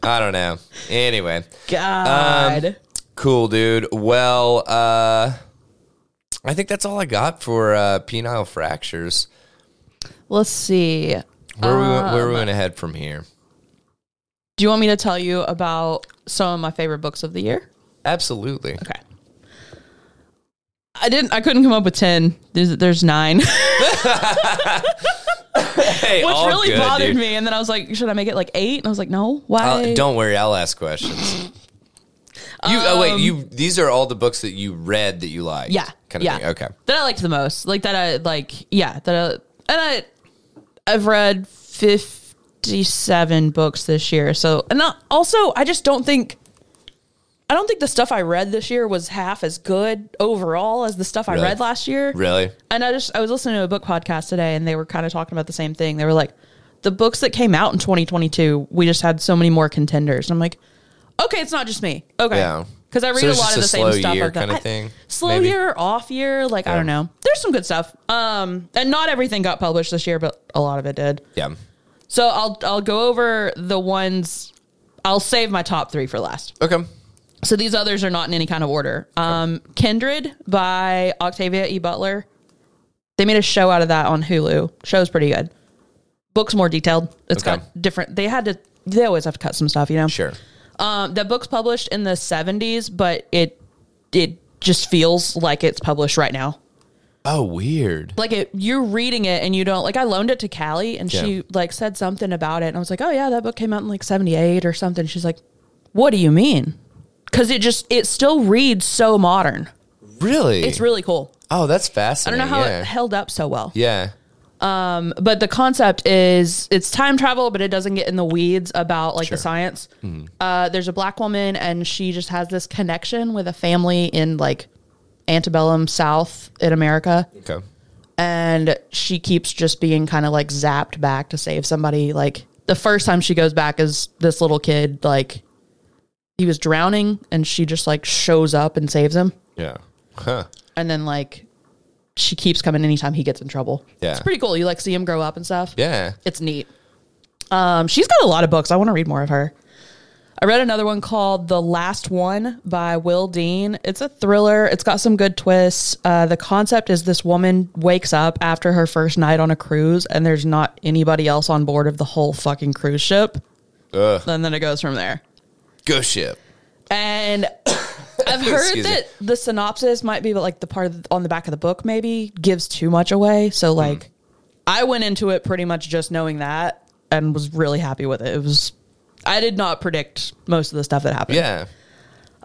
Speaker 2: I don't know. Anyway.
Speaker 1: God.
Speaker 2: Um, Cool, dude. Well, uh I think that's all I got for uh penile fractures.
Speaker 1: Let's see.
Speaker 2: Where we
Speaker 1: Um,
Speaker 2: where we went ahead from here.
Speaker 1: Do you want me to tell you about some of my favorite books of the year?
Speaker 2: Absolutely.
Speaker 1: Okay. I didn't. I couldn't come up with ten. There's, there's nine, which
Speaker 2: Hey, all
Speaker 1: really
Speaker 2: good,
Speaker 1: bothered
Speaker 2: dude.
Speaker 1: me. And then I was like, should I make it like eight? And I was like, no. Why?
Speaker 2: Uh, I'll- don't worry, I'll ask questions. You oh wait, you these are all the books that you read that you like.
Speaker 1: Um, Yeah.
Speaker 2: Kind of
Speaker 1: yeah.
Speaker 2: thing. Okay.
Speaker 1: That I liked the most. Like that I like yeah, that I and I I've read 57 books this year. So and I, also I just don't think I don't think the stuff I read this year was half as good overall as the stuff I
Speaker 2: Really?
Speaker 1: read last year.
Speaker 2: Really?
Speaker 1: And I just I was listening to a book podcast today and they were kind of talking about the same thing. They were like the books that came out in 2022, we just had so many more contenders. And I'm like, okay, it's not just me. Okay.
Speaker 2: Yeah.
Speaker 1: Cuz I read
Speaker 2: So
Speaker 1: a
Speaker 2: it's
Speaker 1: lot of
Speaker 2: just a
Speaker 1: the same
Speaker 2: slow
Speaker 1: stuff
Speaker 2: year
Speaker 1: I've done.
Speaker 2: kinda
Speaker 1: I-
Speaker 2: thing,
Speaker 1: slow
Speaker 2: maybe?
Speaker 1: year, off year, like I
Speaker 2: Yeah.
Speaker 1: don't know. There's some good stuff. Um and not everything got published this year, but a lot of it did.
Speaker 2: Yeah.
Speaker 1: So I'll I'll go over the ones I'll save my top 3 for last.
Speaker 2: Okay.
Speaker 1: So these others are not in any kind of order. Um, Kindred by Octavia E. Butler. They made a show out of that on Hulu. Show's pretty good. Book's more detailed. It's
Speaker 2: Okay.
Speaker 1: got different. They had to. They always have to cut some stuff, you know.
Speaker 2: Sure.
Speaker 1: Um, the book's published in the seventies, but it it just feels like it's published right now.
Speaker 2: Oh, weird.
Speaker 1: Like it, you're reading it and you don't like. I loaned it to Callie and
Speaker 2: Yeah.
Speaker 1: she like said something about it, and I was like, "Oh yeah, that book came out in like '78 or something." She's like, "What do you mean?" Because it just it still reads so modern.
Speaker 2: Really?
Speaker 1: It's really cool.
Speaker 2: Oh, that's
Speaker 1: I don't
Speaker 2: fascinating.
Speaker 1: know how
Speaker 2: yeah.
Speaker 1: it held up so well.
Speaker 2: yeah.
Speaker 1: But the concept is it's time travel, but it doesn't get in the weeds about like
Speaker 2: Sure. Hmm.
Speaker 1: the science. Uh, there's a black woman, and she just has this connection with a family in like antebellum South in America,
Speaker 2: Okay.
Speaker 1: and she keeps just being kind of like zapped back to save somebody. Like the first time she goes back is this little kid, like he was drowning, and she just like shows up and saves him.
Speaker 2: Yeah. Huh.
Speaker 1: and then like she keeps coming anytime he gets in trouble.
Speaker 2: Yeah.
Speaker 1: It's pretty cool. You like see him grow up and stuff.
Speaker 2: Yeah.
Speaker 1: It's neat. Um, she's got a lot of books. I want to read more of her. I read another one called The Last One by Will Dean. It's a thriller. It's got some good twists. Uh, the concept is this woman wakes up after her first night on a cruise and there's not anybody else on board of the whole fucking cruise ship.
Speaker 2: Ugh.
Speaker 1: And then it goes from there.
Speaker 2: Go ship.
Speaker 1: And I've heard
Speaker 2: Excuse
Speaker 1: that the synopsis might be like the part of on the back of the book maybe gives too much away.
Speaker 2: Mm.
Speaker 1: So like I went into it pretty much just knowing that and was really happy with it. It was I did not predict most of the stuff that happened.
Speaker 2: Yeah.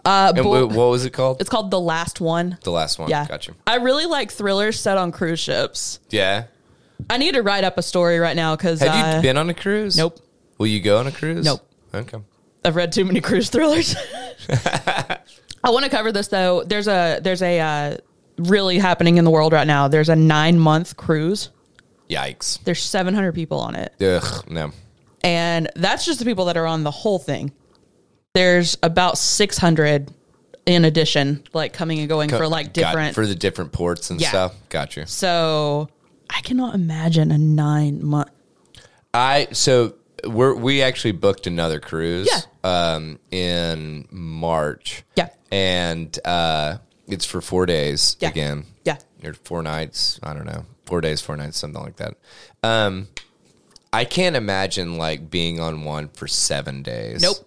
Speaker 1: Uh,
Speaker 2: And
Speaker 1: bo-
Speaker 2: wh- what was it called?
Speaker 1: it's called The Last One.
Speaker 2: the last one.
Speaker 1: yeah.
Speaker 2: Gotcha.
Speaker 1: I really like thrillers set on cruise ships.
Speaker 2: Yeah.
Speaker 1: I need to write up a story right now cuz
Speaker 2: Have
Speaker 1: uh,
Speaker 2: you been on a cruise?
Speaker 1: nope.
Speaker 2: Will you go on a cruise?
Speaker 1: Nope.
Speaker 2: Okay.
Speaker 1: I've read too many cruise thrillers. I want to cover this though. There's a there's a uh, really happening in the world right now. There's a nine month cruise.
Speaker 2: Yikes.
Speaker 1: There's 700 people on it,
Speaker 2: Ugh. No.
Speaker 1: and that's just the people that are on the whole thing. There's about 600 in addition, like coming and going for like
Speaker 2: Got-
Speaker 1: different.
Speaker 2: for the different ports and
Speaker 1: Yeah.
Speaker 2: stuff. Gotcha.
Speaker 1: so I cannot imagine a nine month.
Speaker 2: I so we're we actually booked another cruise.
Speaker 1: Yeah.
Speaker 2: Um, in March.
Speaker 1: Yeah.
Speaker 2: And uh, it's for four days
Speaker 1: Yeah.
Speaker 2: again.
Speaker 1: Yeah.
Speaker 2: Or four nights. I don't know. Four days, four nights, something like that. Um, I can't imagine like being on one for seven days.
Speaker 1: Nope.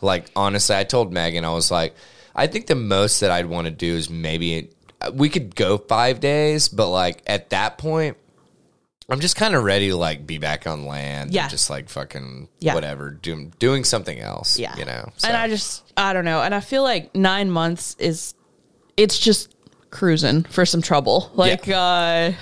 Speaker 2: Like honestly, I told Megan I was like, I think the most that I'd want to do is maybe uh, we could go five days, but like at that point, I'm just kind of ready to like be back on land.
Speaker 1: Yeah.
Speaker 2: And just like fucking
Speaker 1: Yeah.
Speaker 2: whatever, do, doing something else.
Speaker 1: Yeah.
Speaker 2: You know. so.
Speaker 1: And I just, I don't know. And I feel like nine months is, it's just cruising for some trouble. Like, uh,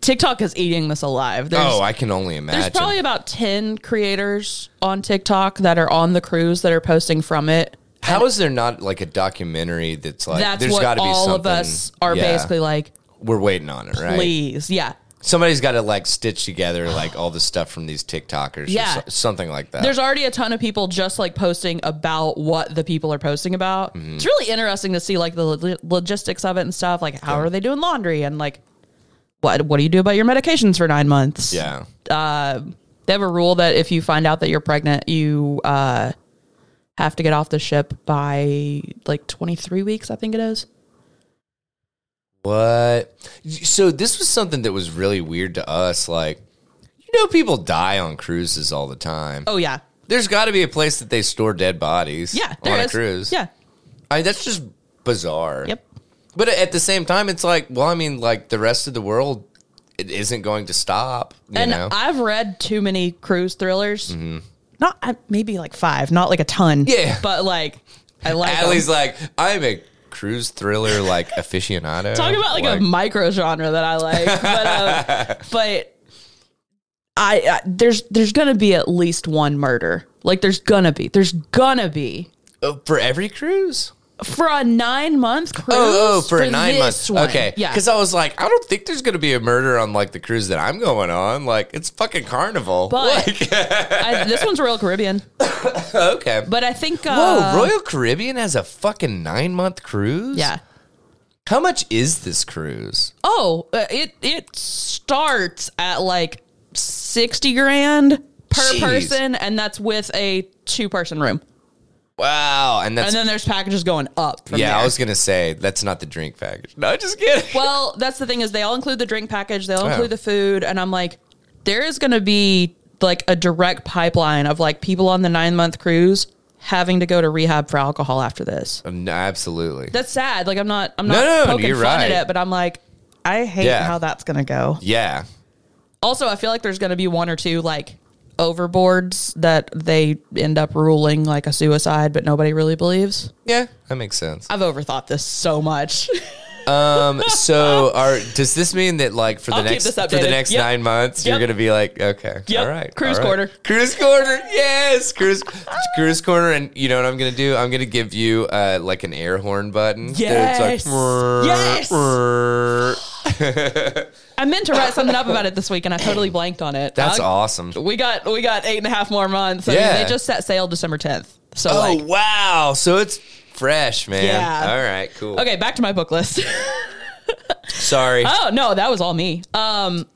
Speaker 1: TikTok is eating this alive. There's,
Speaker 2: oh, I can only
Speaker 1: there's
Speaker 2: imagine.
Speaker 1: probably about 10 creators on TikTok that are on the cruise that are posting from it.
Speaker 2: How is there not like a documentary that's like?
Speaker 1: That's
Speaker 2: there's got
Speaker 1: what
Speaker 2: to be
Speaker 1: all of
Speaker 2: something-
Speaker 1: us are
Speaker 2: Yeah.
Speaker 1: basically like,
Speaker 2: We're waiting on it, right?
Speaker 1: please. Yeah.
Speaker 2: Somebody's got to like stitch together like all the stuff from these TikTokers,
Speaker 1: Yeah.
Speaker 2: or so- something like that.
Speaker 1: There's already a ton of people just like posting about what the people are posting about.
Speaker 2: Mm-hmm.
Speaker 1: It's really interesting to see like the lo- logistics of it and stuff. Like, how are they doing laundry and like, what what do you do about your medications for nine months? Uh,
Speaker 2: yeah,
Speaker 1: they have a rule that if you find out that you're pregnant, you uh, have to get off the ship by like 23 weeks. I think it is.
Speaker 2: what? So this was something that was really weird to us. Like, you know, people die on cruises all the time.
Speaker 1: Oh yeah,
Speaker 2: There's got to be a place that they store dead bodies.
Speaker 1: yeah.
Speaker 2: on
Speaker 1: there
Speaker 2: a
Speaker 1: is.
Speaker 2: cruise.
Speaker 1: Yeah.
Speaker 2: I mean, that's just bizarre.
Speaker 1: Yep.
Speaker 2: But at the same time, it's like, well, I mean, like the rest of the world, it isn't going to stop. You
Speaker 1: and
Speaker 2: know?
Speaker 1: I've
Speaker 2: Mm-hmm.
Speaker 1: read too uh, many cruise thrillers. Not I- maybe like five, not like a ton.
Speaker 2: Yeah.
Speaker 1: but like I like 'em.
Speaker 2: Allie's like, I'm a cruise thriller like aficionado.
Speaker 1: Talk about like, a micro genre that I like, but uh, but I, I there's there's gonna be at least one murder. Like there's gonna be there's gonna be
Speaker 2: Oh, for every cruise.
Speaker 1: for a nine month cruise.
Speaker 2: Oh, oh, for, nine months.
Speaker 1: this one.
Speaker 2: Okay,
Speaker 1: yeah.
Speaker 2: Because I was like, I don't think there's going to be a murder on like the cruise that I'm going on. Like, it's fucking carnival.
Speaker 1: But-
Speaker 2: Like,
Speaker 1: I, this one's Royal Caribbean,
Speaker 2: okay.
Speaker 1: but I think uh,
Speaker 2: Whoa, Royal Caribbean has a fucking nine month cruise.
Speaker 1: yeah.
Speaker 2: How much is this cruise?
Speaker 1: Oh, uh, it it starts at like sixty grand per
Speaker 2: Jeez.
Speaker 1: person, and that's with a two person room.
Speaker 2: Wow, and that's
Speaker 1: And then there's packages going up. From
Speaker 2: yeah.
Speaker 1: there.
Speaker 2: I was gonna say that's not the drink package. No, just kidding.
Speaker 1: Well, that's the thing is they all include the drink package, they all
Speaker 2: Yeah.
Speaker 1: include the food, and I'm like, there is going to be like a direct pipeline of like people on the nine month cruise having to go to rehab for alcohol after this.
Speaker 2: Um, no, absolutely.
Speaker 1: That's sad. Like I'm not, I'm
Speaker 2: No,
Speaker 1: not
Speaker 2: no,
Speaker 1: poking
Speaker 2: you're
Speaker 1: fun
Speaker 2: right.
Speaker 1: at it, but I'm like, I hate
Speaker 2: Yeah.
Speaker 1: how that's going to go.
Speaker 2: yeah.
Speaker 1: Also, I feel like there's going to be one or two like overboards that they end up ruling like a suicide, but nobody really believes.
Speaker 2: Yeah, that makes sense.
Speaker 1: I've overthought this so much.
Speaker 2: Um, so are does this mean that like for the
Speaker 1: I'll keep
Speaker 2: next
Speaker 1: this
Speaker 2: for the
Speaker 1: updated.
Speaker 2: next
Speaker 1: Yep.
Speaker 2: nine months you're
Speaker 1: Yep.
Speaker 2: gonna be like okay
Speaker 1: Yep.
Speaker 2: all right
Speaker 1: Cruise
Speaker 2: all right.
Speaker 1: quarter.
Speaker 2: cruise quarter yes cruise cruise corner and you know what I'm gonna do I'm gonna give you uh like an air horn button
Speaker 1: Yes. Yes.
Speaker 2: yes
Speaker 1: I meant to write something up about it this week, and I totally blanked on it.
Speaker 2: that's
Speaker 1: I'll-
Speaker 2: awesome
Speaker 1: we got we got eight and a half more months. I mean,
Speaker 2: Yeah.
Speaker 1: they just set sail December tenth. So
Speaker 2: oh
Speaker 1: like,
Speaker 2: wow so it's fresh man
Speaker 1: Yeah.
Speaker 2: all right cool
Speaker 1: okay, back to my book list.
Speaker 2: sorry
Speaker 1: oh no, that was all me. Um,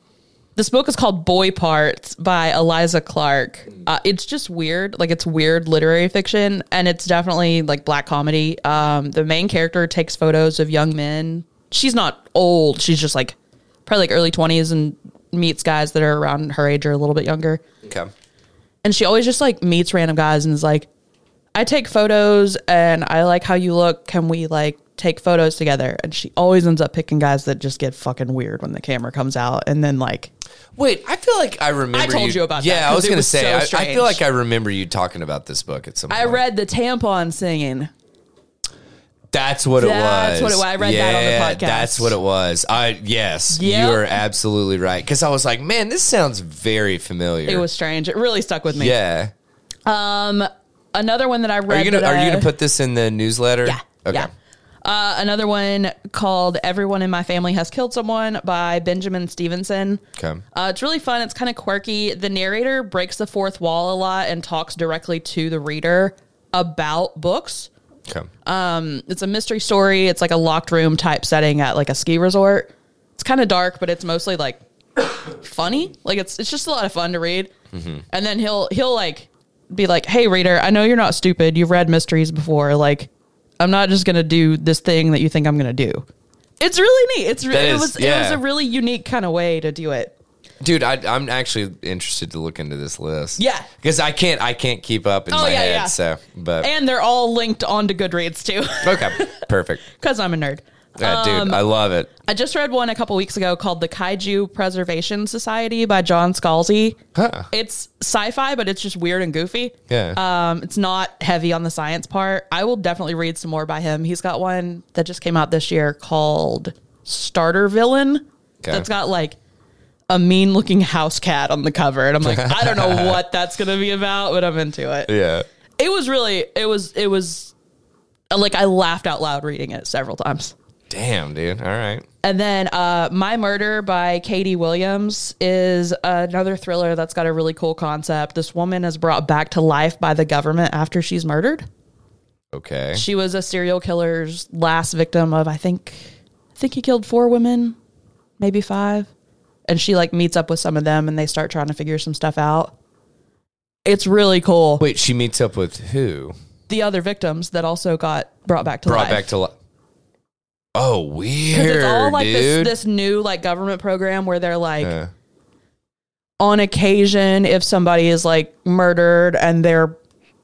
Speaker 1: this book is called Boy Parts by Eliza Clark. Uh, it's just weird, like it's weird literary fiction, and it's definitely like black comedy. Um, the main character takes photos of young men. She's not old. She's just like probably like early twenties and meets guys that are around her age or a little bit younger.
Speaker 2: okay
Speaker 1: and she always just like meets random guys and is like i take photos and i like how you look can we like take photos together and she always ends up picking guys that just get fucking weird when the camera comes out and then like
Speaker 2: Wait, I feel like I remember.
Speaker 1: I told you about that
Speaker 2: Yeah, I
Speaker 1: 'cause
Speaker 2: was
Speaker 1: it
Speaker 2: gonna
Speaker 1: was so
Speaker 2: say. I, I
Speaker 1: strange.
Speaker 2: feel like I remember you talking about this book at some.
Speaker 1: i
Speaker 2: point.
Speaker 1: read the tampon singing
Speaker 2: That's what it was.
Speaker 1: That's what it was. I read that on the podcast.
Speaker 2: That's what it was. I yes,
Speaker 1: Yep.
Speaker 2: you are absolutely right. Because I was like, man, this sounds very familiar.
Speaker 1: it was strange it really stuck with me
Speaker 2: Yeah.
Speaker 1: another one that i read
Speaker 2: Are you gonna
Speaker 1: that
Speaker 2: Are you
Speaker 1: I-
Speaker 2: gonna put this in the newsletter?
Speaker 1: uh, yeah
Speaker 2: Okay.
Speaker 1: yeah uh, another one called everyone in my family has killed someone by benjamin stevenson
Speaker 2: Okay.
Speaker 1: Uh, it's really fun. It's kind of quirky. The narrator breaks the fourth wall a lot and talks directly to the reader about books.
Speaker 2: Okay.
Speaker 1: It's a mystery story. It's like a locked room type setting at like a ski resort. It's kind of dark, but it's mostly like funny. Like it's it's just a lot of fun to read.
Speaker 2: Mm-hmm.
Speaker 1: And then he'll he'll like be like, "Hey reader, I know you're not stupid. You've read mysteries before. Like I'm not just going to do this thing that you think I'm going to do." It's really neat. It's re-
Speaker 2: That
Speaker 1: it
Speaker 2: is-
Speaker 1: was it
Speaker 2: yeah.
Speaker 1: was a really unique kind of way to do it.
Speaker 2: Dude, I, I'm actually interested to look into this list.
Speaker 1: Yeah.
Speaker 2: Because I can't I can't keep up in
Speaker 1: Oh,
Speaker 2: my
Speaker 1: yeah,
Speaker 2: head.
Speaker 1: yeah.
Speaker 2: So, but
Speaker 1: And they're all linked onto Goodreads too,
Speaker 2: okay, perfect.
Speaker 1: because I'm a nerd. Uh,
Speaker 2: Yeah, dude,
Speaker 1: Um,
Speaker 2: I love it.
Speaker 1: I just read one a couple weeks ago called The Kaiju Preservation Society by John Scalzi.
Speaker 2: Huh.
Speaker 1: It's sci fi, but it's just weird and goofy.
Speaker 2: Yeah.
Speaker 1: Um, it's not heavy on the science part. I will definitely read some more by him. He's got one that just came out this year called Starter Villain
Speaker 2: Okay.
Speaker 1: that's got like a mean looking house cat on the cover. And I'm like, I don't know what that's going to be about, but I'm into it
Speaker 2: yeah.
Speaker 1: it was really it was it was uh, like I laughed out loud reading it several times.
Speaker 2: Damn, dude. All right.
Speaker 1: And then uh, My Murder by Katie Williams is another thriller that's got a really cool concept. This woman is brought back to life by the government after she's murdered.
Speaker 2: Okay.
Speaker 1: She was a serial killer's last victim of I think I think he killed four women, maybe five. And she like meets up with some of them and they start trying to figure some stuff out. It's really cool.
Speaker 2: Wait, she meets up with who?
Speaker 1: The other victims that also got brought back to
Speaker 2: Brought
Speaker 1: life.
Speaker 2: back to life. Oh, weird,
Speaker 1: Because it's all like
Speaker 2: dude. Uh,
Speaker 1: this this new like government program where they're like
Speaker 2: Yeah.
Speaker 1: on occasion if somebody is like murdered and they're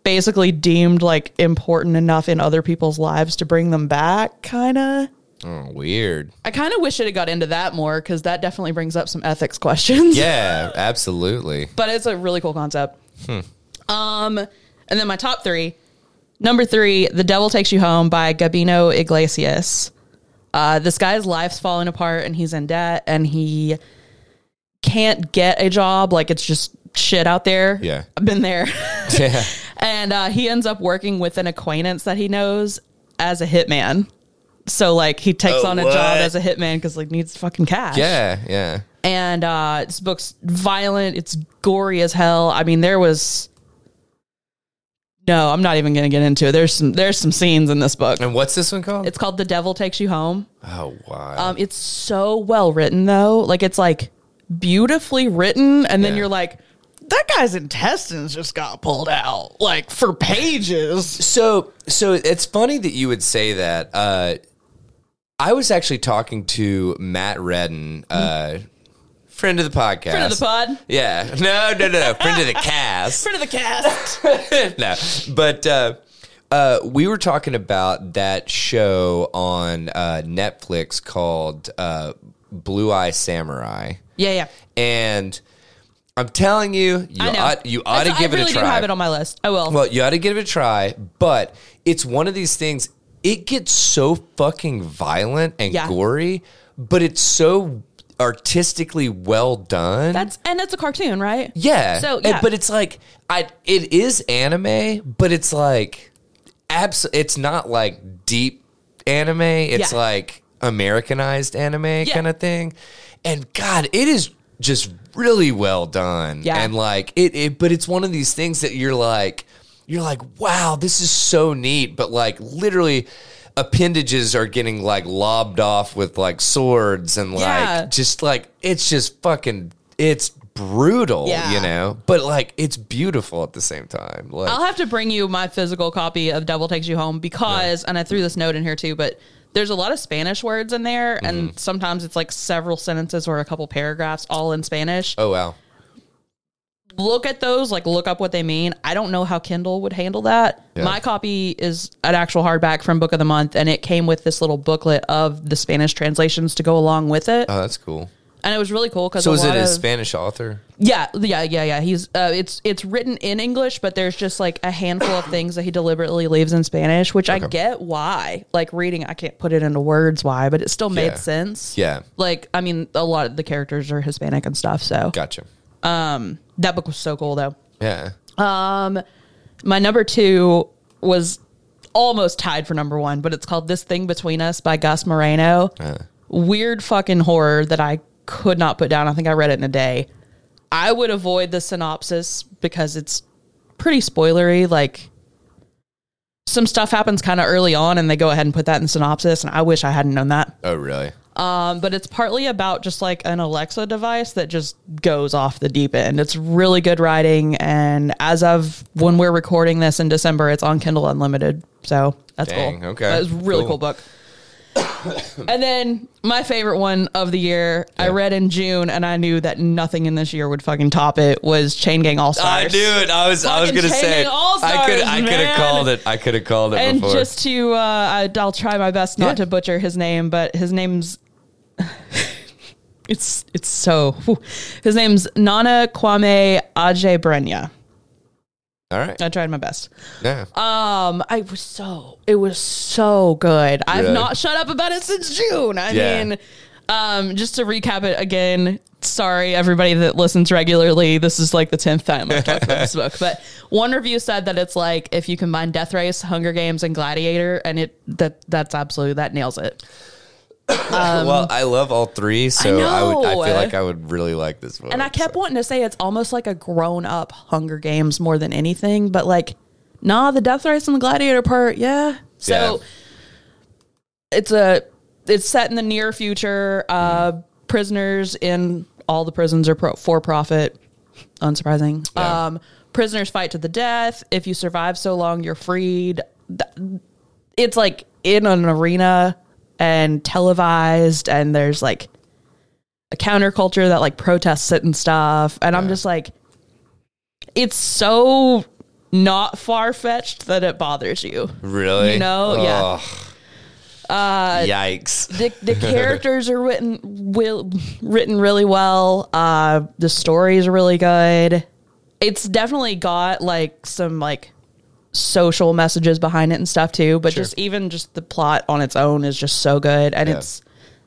Speaker 1: basically deemed like important enough in other people's lives to bring them back kind of
Speaker 2: oh, weird.
Speaker 1: i kind of wish it had got into that more because that definitely brings up some ethics questions
Speaker 2: Yeah, absolutely. Hmm.
Speaker 1: but it's a really cool concept um and then my top three Number three, The Devil Takes You Home by Gabino Iglesias. Uh, this guy's life's falling apart and he's in debt and he can't get a job. Like it's just shit out there.
Speaker 2: Yeah.
Speaker 1: I've been there.
Speaker 2: Yeah.
Speaker 1: and uh, he ends up working with an acquaintance that he knows as a hitman. So like he takes
Speaker 2: Oh,
Speaker 1: on a
Speaker 2: what?
Speaker 1: job as a hitman because like needs fucking cash.
Speaker 2: Yeah. Yeah.
Speaker 1: And uh, this book's violent. It's gory as hell. I mean, there was. No, I'm not even going to get into it. There's some there's some scenes in this book.
Speaker 2: And what's this one called?
Speaker 1: It's called The Devil Takes You Home.
Speaker 2: oh, wow.
Speaker 1: Um, it's so well written though. Like it's like beautifully written, and then
Speaker 2: Yeah.
Speaker 1: you're like,
Speaker 3: That guy's intestines just got pulled out, like for pages.
Speaker 2: So, so it's funny that you would say that. Uh, I was actually talking to Matt Redden, uh, friend of the podcast.
Speaker 1: friend of the pod,
Speaker 2: Yeah. No, no, no, no. friend of the cast.
Speaker 1: friend of the cast.
Speaker 2: no, but uh, uh, we were talking about that show on uh, Netflix called uh, Blue Eye Samurai,
Speaker 1: yeah, yeah.
Speaker 2: and I'm telling you, you
Speaker 1: I know.
Speaker 2: ought you ought to
Speaker 1: I-
Speaker 2: give
Speaker 1: I
Speaker 2: it
Speaker 1: really
Speaker 2: a try.
Speaker 1: do have it on my list. I will.
Speaker 2: Well, you ought to give it a try, but it's one of these things. It gets so fucking violent and
Speaker 1: Yeah.
Speaker 2: gory, but it's so artistically well done.
Speaker 1: that's and that's a cartoon, right?
Speaker 2: yeah.
Speaker 1: So,
Speaker 2: And-
Speaker 1: yeah.
Speaker 2: but it's like I. It is anime, but it's like abs. It's not like deep anime. It's
Speaker 1: Yeah.
Speaker 2: like Americanized anime
Speaker 1: Yeah.
Speaker 2: kind of thing. And God, it is just really well done.
Speaker 1: Yeah.
Speaker 2: And like it, it, but it's one of these things that you're like, you're like, wow, this is so neat. But like literally appendages are getting like lobbed off with like swords and like
Speaker 1: Yeah.
Speaker 2: just like it's just fucking it's brutal,
Speaker 1: Yeah.
Speaker 2: you know? But like it's beautiful at the same time. Like
Speaker 1: I'll have to bring you my physical copy of Devil Takes You Home because, and I threw this note in here too, but there's a lot of Spanish words in there,
Speaker 2: Mm-hmm.
Speaker 1: and sometimes it's like several sentences or a couple paragraphs all in Spanish.
Speaker 2: oh wow.
Speaker 1: look at those, like look up what they mean. I don't know how Kindle would handle that.
Speaker 2: Yeah.
Speaker 1: My copy is an actual hardback from Book of the Month, and it came with this little booklet of the Spanish translations to go along with it,
Speaker 2: Oh, that's cool.
Speaker 1: and it was really cool because
Speaker 2: So is it a
Speaker 1: of,
Speaker 2: Spanish author?
Speaker 1: yeah, yeah, yeah, yeah. He's uh, it's it's written in English, but there's just like a handful of things that he deliberately leaves in Spanish, which I get why. Like reading, I can't put it into words why, but it still made
Speaker 2: Yeah.
Speaker 1: sense.
Speaker 2: Yeah.
Speaker 1: Like, I mean, a lot of the characters are Hispanic and stuff, so
Speaker 2: Gotcha.
Speaker 1: that book was so cool though.
Speaker 2: Yeah.
Speaker 1: My number two was almost tied for number one, but it's called This Thing Between Us by Gus Moreno. Weird fucking horror that I could not put down. I think I read it in a day. I would avoid the synopsis because it's pretty spoilery. Like some stuff happens kind of early on and they go ahead and put that in the synopsis. And I wish I hadn't known that.
Speaker 2: Oh really?
Speaker 1: Um, but it's partly about just like an Alexa device that just goes off the deep end. It's really good writing, and as of when we're recording this in December, it's on Kindle Unlimited. So that's
Speaker 2: Dang,
Speaker 1: cool.
Speaker 2: okay,
Speaker 1: that was a really cool,
Speaker 2: cool.
Speaker 1: book. and then my favorite one of the year, I read in June, and I knew that nothing in this year would fucking top it. Was Chain Gang All
Speaker 2: I
Speaker 1: Stars?
Speaker 2: knew it. I was. I was
Speaker 1: Fucking
Speaker 2: gonna say.
Speaker 1: changing all-stars,
Speaker 2: I could. I could have
Speaker 1: man.
Speaker 2: called it. I could have called it
Speaker 1: And
Speaker 2: before.
Speaker 1: just to, uh, I, I'll try my best not
Speaker 2: Yeah.
Speaker 1: to butcher his name, but his name's it's it's so whew. his name's Nana Kwame Ajebrenya.
Speaker 2: all right.
Speaker 1: I tried my best.
Speaker 2: Yeah.
Speaker 1: Um, I was so it was so good. I've
Speaker 2: Really?
Speaker 1: not shut up about it since June. I
Speaker 2: Yeah.
Speaker 1: mean, um, just to recap it again. Sorry, everybody that listens regularly. This is like the tenth time I've talked about this book. But one review said that it's like if you combine Death Race, Hunger Games, and Gladiator, and it that that's absolutely that nails it.
Speaker 2: well, I love all three, so I, would. I feel
Speaker 1: know.
Speaker 2: like I would really like this one.
Speaker 1: And I kept
Speaker 2: so.
Speaker 1: wanting to say it's almost like a grown up Hunger Games more than anything, but like, nah, the death race and the gladiator part, yeah. So it's a it's set in the near future. Uh, prisoners in all the prisons are pro- for profit. Unsurprising.
Speaker 2: Yeah.
Speaker 1: Um, prisoners fight to the death. If you survive so long, you're freed. Th- It's like in an arena and televised, and there's like a counterculture that like protests it and stuff. And I'm just like, it's so not far fetched that it bothers you.
Speaker 2: really.
Speaker 1: you know, yeah. Uh,
Speaker 2: yeah. Yikes.
Speaker 1: the, the characters are written will, written really well. Uh, the story is really good. It's definitely got like some like social messages behind it and stuff too. But just even just the plot on its own is just so good, and
Speaker 2: Yeah.
Speaker 1: it's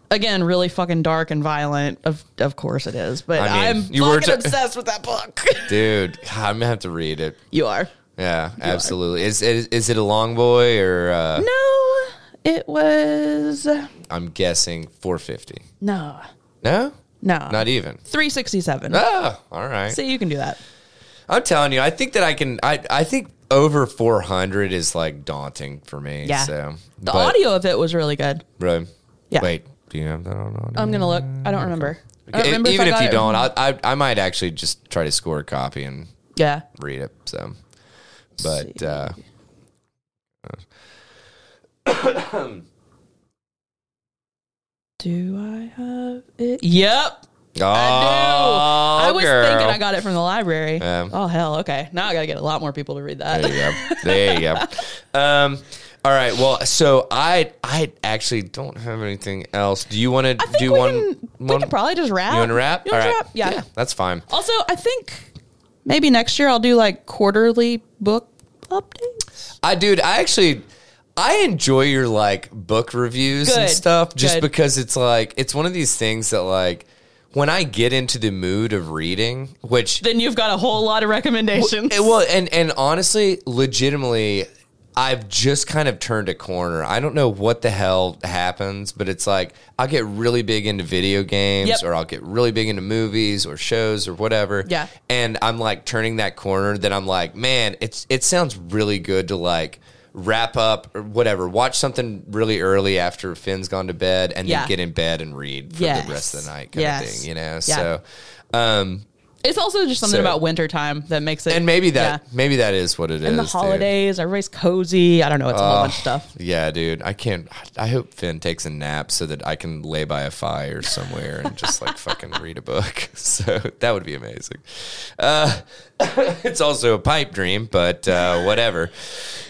Speaker 1: again really fucking dark and violent. Of of course it is, but
Speaker 2: I
Speaker 1: I
Speaker 2: mean,
Speaker 1: am
Speaker 2: you were
Speaker 1: fucking
Speaker 2: t-
Speaker 1: obsessed with that book.
Speaker 2: dude. God, I'm gonna have to read it.
Speaker 1: you are.
Speaker 2: Yeah, absolutely. Is, is is it a long boy or uh,
Speaker 1: No, it was
Speaker 2: I'm guessing 450?
Speaker 1: no,
Speaker 2: No,
Speaker 1: no,
Speaker 2: not e- even.
Speaker 1: three sixty seven.
Speaker 2: Oh, all right.
Speaker 1: Uh. See, you can do that.
Speaker 2: I'm telling you, I think that I can. I I think over 400 is like daunting for me.
Speaker 1: Yeah.
Speaker 2: So
Speaker 1: The audio of it was really good.
Speaker 2: Really?
Speaker 1: Yeah.
Speaker 2: Wait. Do you have that on audio?
Speaker 1: I'm gonna look. I don't remember. I don't
Speaker 2: E-
Speaker 1: remember I
Speaker 2: even if,
Speaker 1: got
Speaker 2: you
Speaker 1: it-
Speaker 2: don't, I, I I might actually just try to score a copy and
Speaker 1: yeah.
Speaker 2: read it. So, but
Speaker 1: see.
Speaker 2: uh,
Speaker 1: Do I have it? Yep.
Speaker 2: oh,
Speaker 1: I was
Speaker 2: girl.
Speaker 1: thinking I got it from the library.
Speaker 2: Yeah.
Speaker 1: Oh hell, okay. Now I gotta get a lot more people to read that.
Speaker 2: There you go. There you go. Um, all right. Well, so I I actually don't have anything else. Do you want to
Speaker 1: I think
Speaker 2: do
Speaker 1: we
Speaker 2: one?
Speaker 1: can, we
Speaker 2: one-
Speaker 1: can probably just wrap.
Speaker 2: you want to wrap?
Speaker 1: You wanna
Speaker 2: All right.
Speaker 1: wrap? Yeah.
Speaker 2: that's fine.
Speaker 1: Also, I think maybe next year I'll do like quarterly book updates.
Speaker 2: I dude, I actually I enjoy your like book reviews and
Speaker 1: Good.
Speaker 2: stuff just
Speaker 1: Good.
Speaker 2: because it's like it's one of these things that like when I get into the mood of reading, which
Speaker 1: Then you've got a whole lot of recommendations.
Speaker 2: Eh, Well, and and honestly, legitimately, I've just kind of turned a corner. I don't know what the hell happens, but it's like I'll get really big into video games,
Speaker 1: Yep.
Speaker 2: or I'll get really big into movies or shows or whatever.
Speaker 1: Yeah.
Speaker 2: and I'm like turning that corner. That I'm like, man, it's it sounds really good to like wrap up or whatever watch something really early after finn's gone to bed and
Speaker 1: Yeah.
Speaker 2: then get in bed and read for
Speaker 1: Yes.
Speaker 2: the rest of the night kind of
Speaker 1: Yes.
Speaker 2: thing you know
Speaker 1: Yeah.
Speaker 2: so um
Speaker 1: it's also just something
Speaker 2: So-
Speaker 1: about winter time that makes it
Speaker 2: and maybe that
Speaker 1: yeah.
Speaker 2: maybe that is what it is.
Speaker 1: and the
Speaker 2: dude.
Speaker 1: holidays, everybody's cozy. I don't know, it's a whole bunch of stuff.
Speaker 2: Yeah, dude. I can't. I hope Finn takes a nap so that I can lay by a fire somewhere and just like fucking read a book. So that would be amazing. Uh, it's also a pipe dream, but uh, whatever.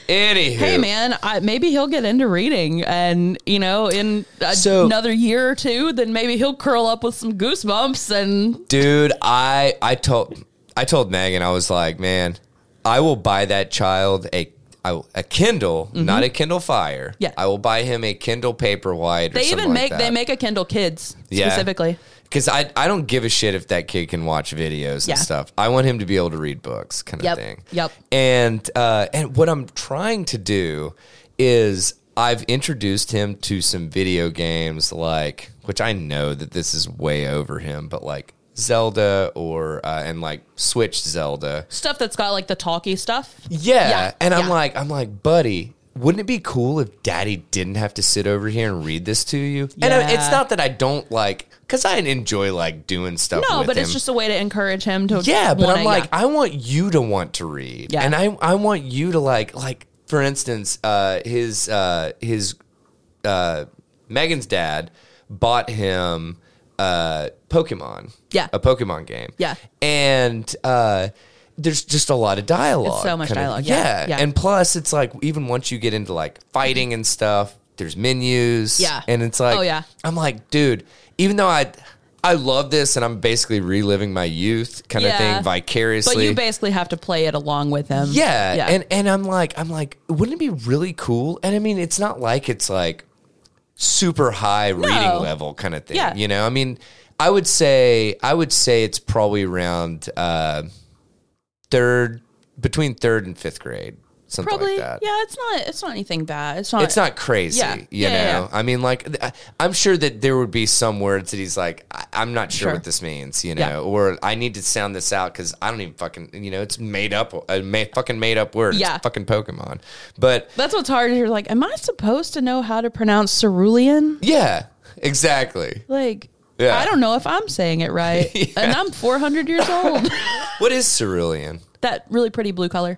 Speaker 2: Anywho,
Speaker 1: Hey man, I, maybe he'll get into reading, and you know, in a,
Speaker 2: So-
Speaker 1: another year or two, then maybe he'll curl up with some goosebumps and
Speaker 2: dude. I I told I told Megan I was like, man, I will buy that child a. I- A Kindle, not a Kindle Fire.
Speaker 1: Mm-hmm. Yeah.
Speaker 2: I will buy him a Kindle Paperwhite. Or
Speaker 1: They
Speaker 2: something
Speaker 1: even
Speaker 2: like
Speaker 1: make
Speaker 2: that.
Speaker 1: they make a Kindle Kids
Speaker 2: Yeah.
Speaker 1: specifically.
Speaker 2: Because I, I don't give a shit if that kid can watch videos
Speaker 1: Yeah.
Speaker 2: and stuff. I want him to be able to read books, kind of
Speaker 1: Yep.
Speaker 2: thing.
Speaker 1: Yep.
Speaker 2: And uh, and what I'm trying to do is I've introduced him to some video games, like which I know that this is way over him, but like Zelda or uh, and like Switch Zelda.
Speaker 1: Stuff that's got like the talkie stuff.
Speaker 2: Yeah.
Speaker 1: Yeah,
Speaker 2: And I'm
Speaker 1: yeah.
Speaker 2: like, I'm like, buddy, wouldn't it be cool if daddy didn't have to sit over here and read this to you? And I, it's
Speaker 1: Yeah.
Speaker 2: not that I don't like, cause I enjoy like doing stuff.
Speaker 1: No,
Speaker 2: with
Speaker 1: but it's
Speaker 2: him.
Speaker 1: just a way to encourage him to.
Speaker 2: yeah. But
Speaker 1: wanna-
Speaker 2: I'm like,
Speaker 1: yeah.
Speaker 2: I want you to want to read,
Speaker 1: Yeah.
Speaker 2: and I I want you to like like for instance, uh, his uh, his uh, Megan's dad bought him uh, Pokemon,
Speaker 1: Yeah.
Speaker 2: a Pokemon game,
Speaker 1: Yeah.
Speaker 2: and uh, there's just a lot of dialogue,
Speaker 1: It's so much
Speaker 2: kind of-
Speaker 1: dialogue, yeah, yeah.
Speaker 2: and plus it's like even once you get into like fighting and stuff, there's menus,
Speaker 1: Yeah.
Speaker 2: and it's like,
Speaker 1: Oh, yeah.
Speaker 2: I'm like, dude, even though I. I love this, and I'm basically reliving my youth kind of
Speaker 1: Yeah.
Speaker 2: thing
Speaker 1: but
Speaker 2: vicariously.
Speaker 1: you basically have to play it along with him.
Speaker 2: Yeah, and and I'm like, I'm like, wouldn't it be really cool? And I mean, it's not like it's like super high reading level kind of thing.
Speaker 1: Yeah.
Speaker 2: You know, I mean, I would say I would say it's probably around uh, third between third and fifth grade, something
Speaker 1: probably.
Speaker 2: like that.
Speaker 1: yeah, it's not. It's not anything bad. It's not.
Speaker 2: It's not crazy,
Speaker 1: Yeah.
Speaker 2: you
Speaker 1: Yeah,
Speaker 2: know.
Speaker 1: yeah, yeah.
Speaker 2: I mean, like, th- I- I'm sure that there would be some words that he's like, I- I'm not sure,
Speaker 1: Sure.
Speaker 2: what this means, you know,
Speaker 1: Yeah.
Speaker 2: or I need to sound this out because I don't even fucking, you know, it's made up, a ma- fucking made up word.
Speaker 1: Yeah.
Speaker 2: It's fucking Pokemon. But
Speaker 1: That's what's hard. is You're like, am I supposed to know how to pronounce cerulean?
Speaker 2: yeah, exactly.
Speaker 1: Like,
Speaker 2: Yeah.
Speaker 1: I don't know if I'm saying it right, and I'm 400 years old.
Speaker 2: What is cerulean?
Speaker 1: that really pretty blue color.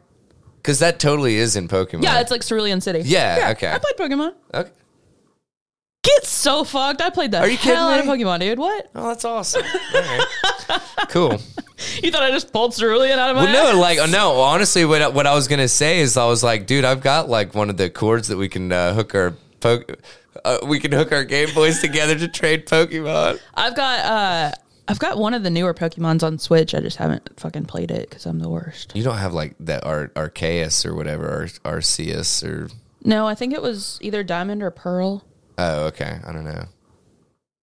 Speaker 2: Because that totally is in Pokemon.
Speaker 1: Yeah, it's like Cerulean City.
Speaker 2: Yeah, okay.
Speaker 1: I played Pokemon.
Speaker 2: okay.
Speaker 1: Get so fucked. I played the
Speaker 2: Are you kidding
Speaker 1: hell out of
Speaker 2: me?
Speaker 1: Pokemon, dude. What?
Speaker 2: Oh, that's awesome. All right. cool.
Speaker 1: You thought I just pulled cerulean out of my
Speaker 2: Well,
Speaker 1: ass?
Speaker 2: no, like no. Honestly, what I- what I was gonna say is I was like, dude, I've got like one of the cords that we can uh, hook our poke. Uh, we can hook our Game Boys together to trade Pokemon.
Speaker 1: I've got uh I've got one of the newer Pokemons on Switch. I just haven't fucking played it because I'm the worst.
Speaker 2: You don't have like that Ar- Arceus or whatever, Ar- Arceus or
Speaker 1: No, I think it was either Diamond or Pearl.
Speaker 2: oh, okay, I don't know,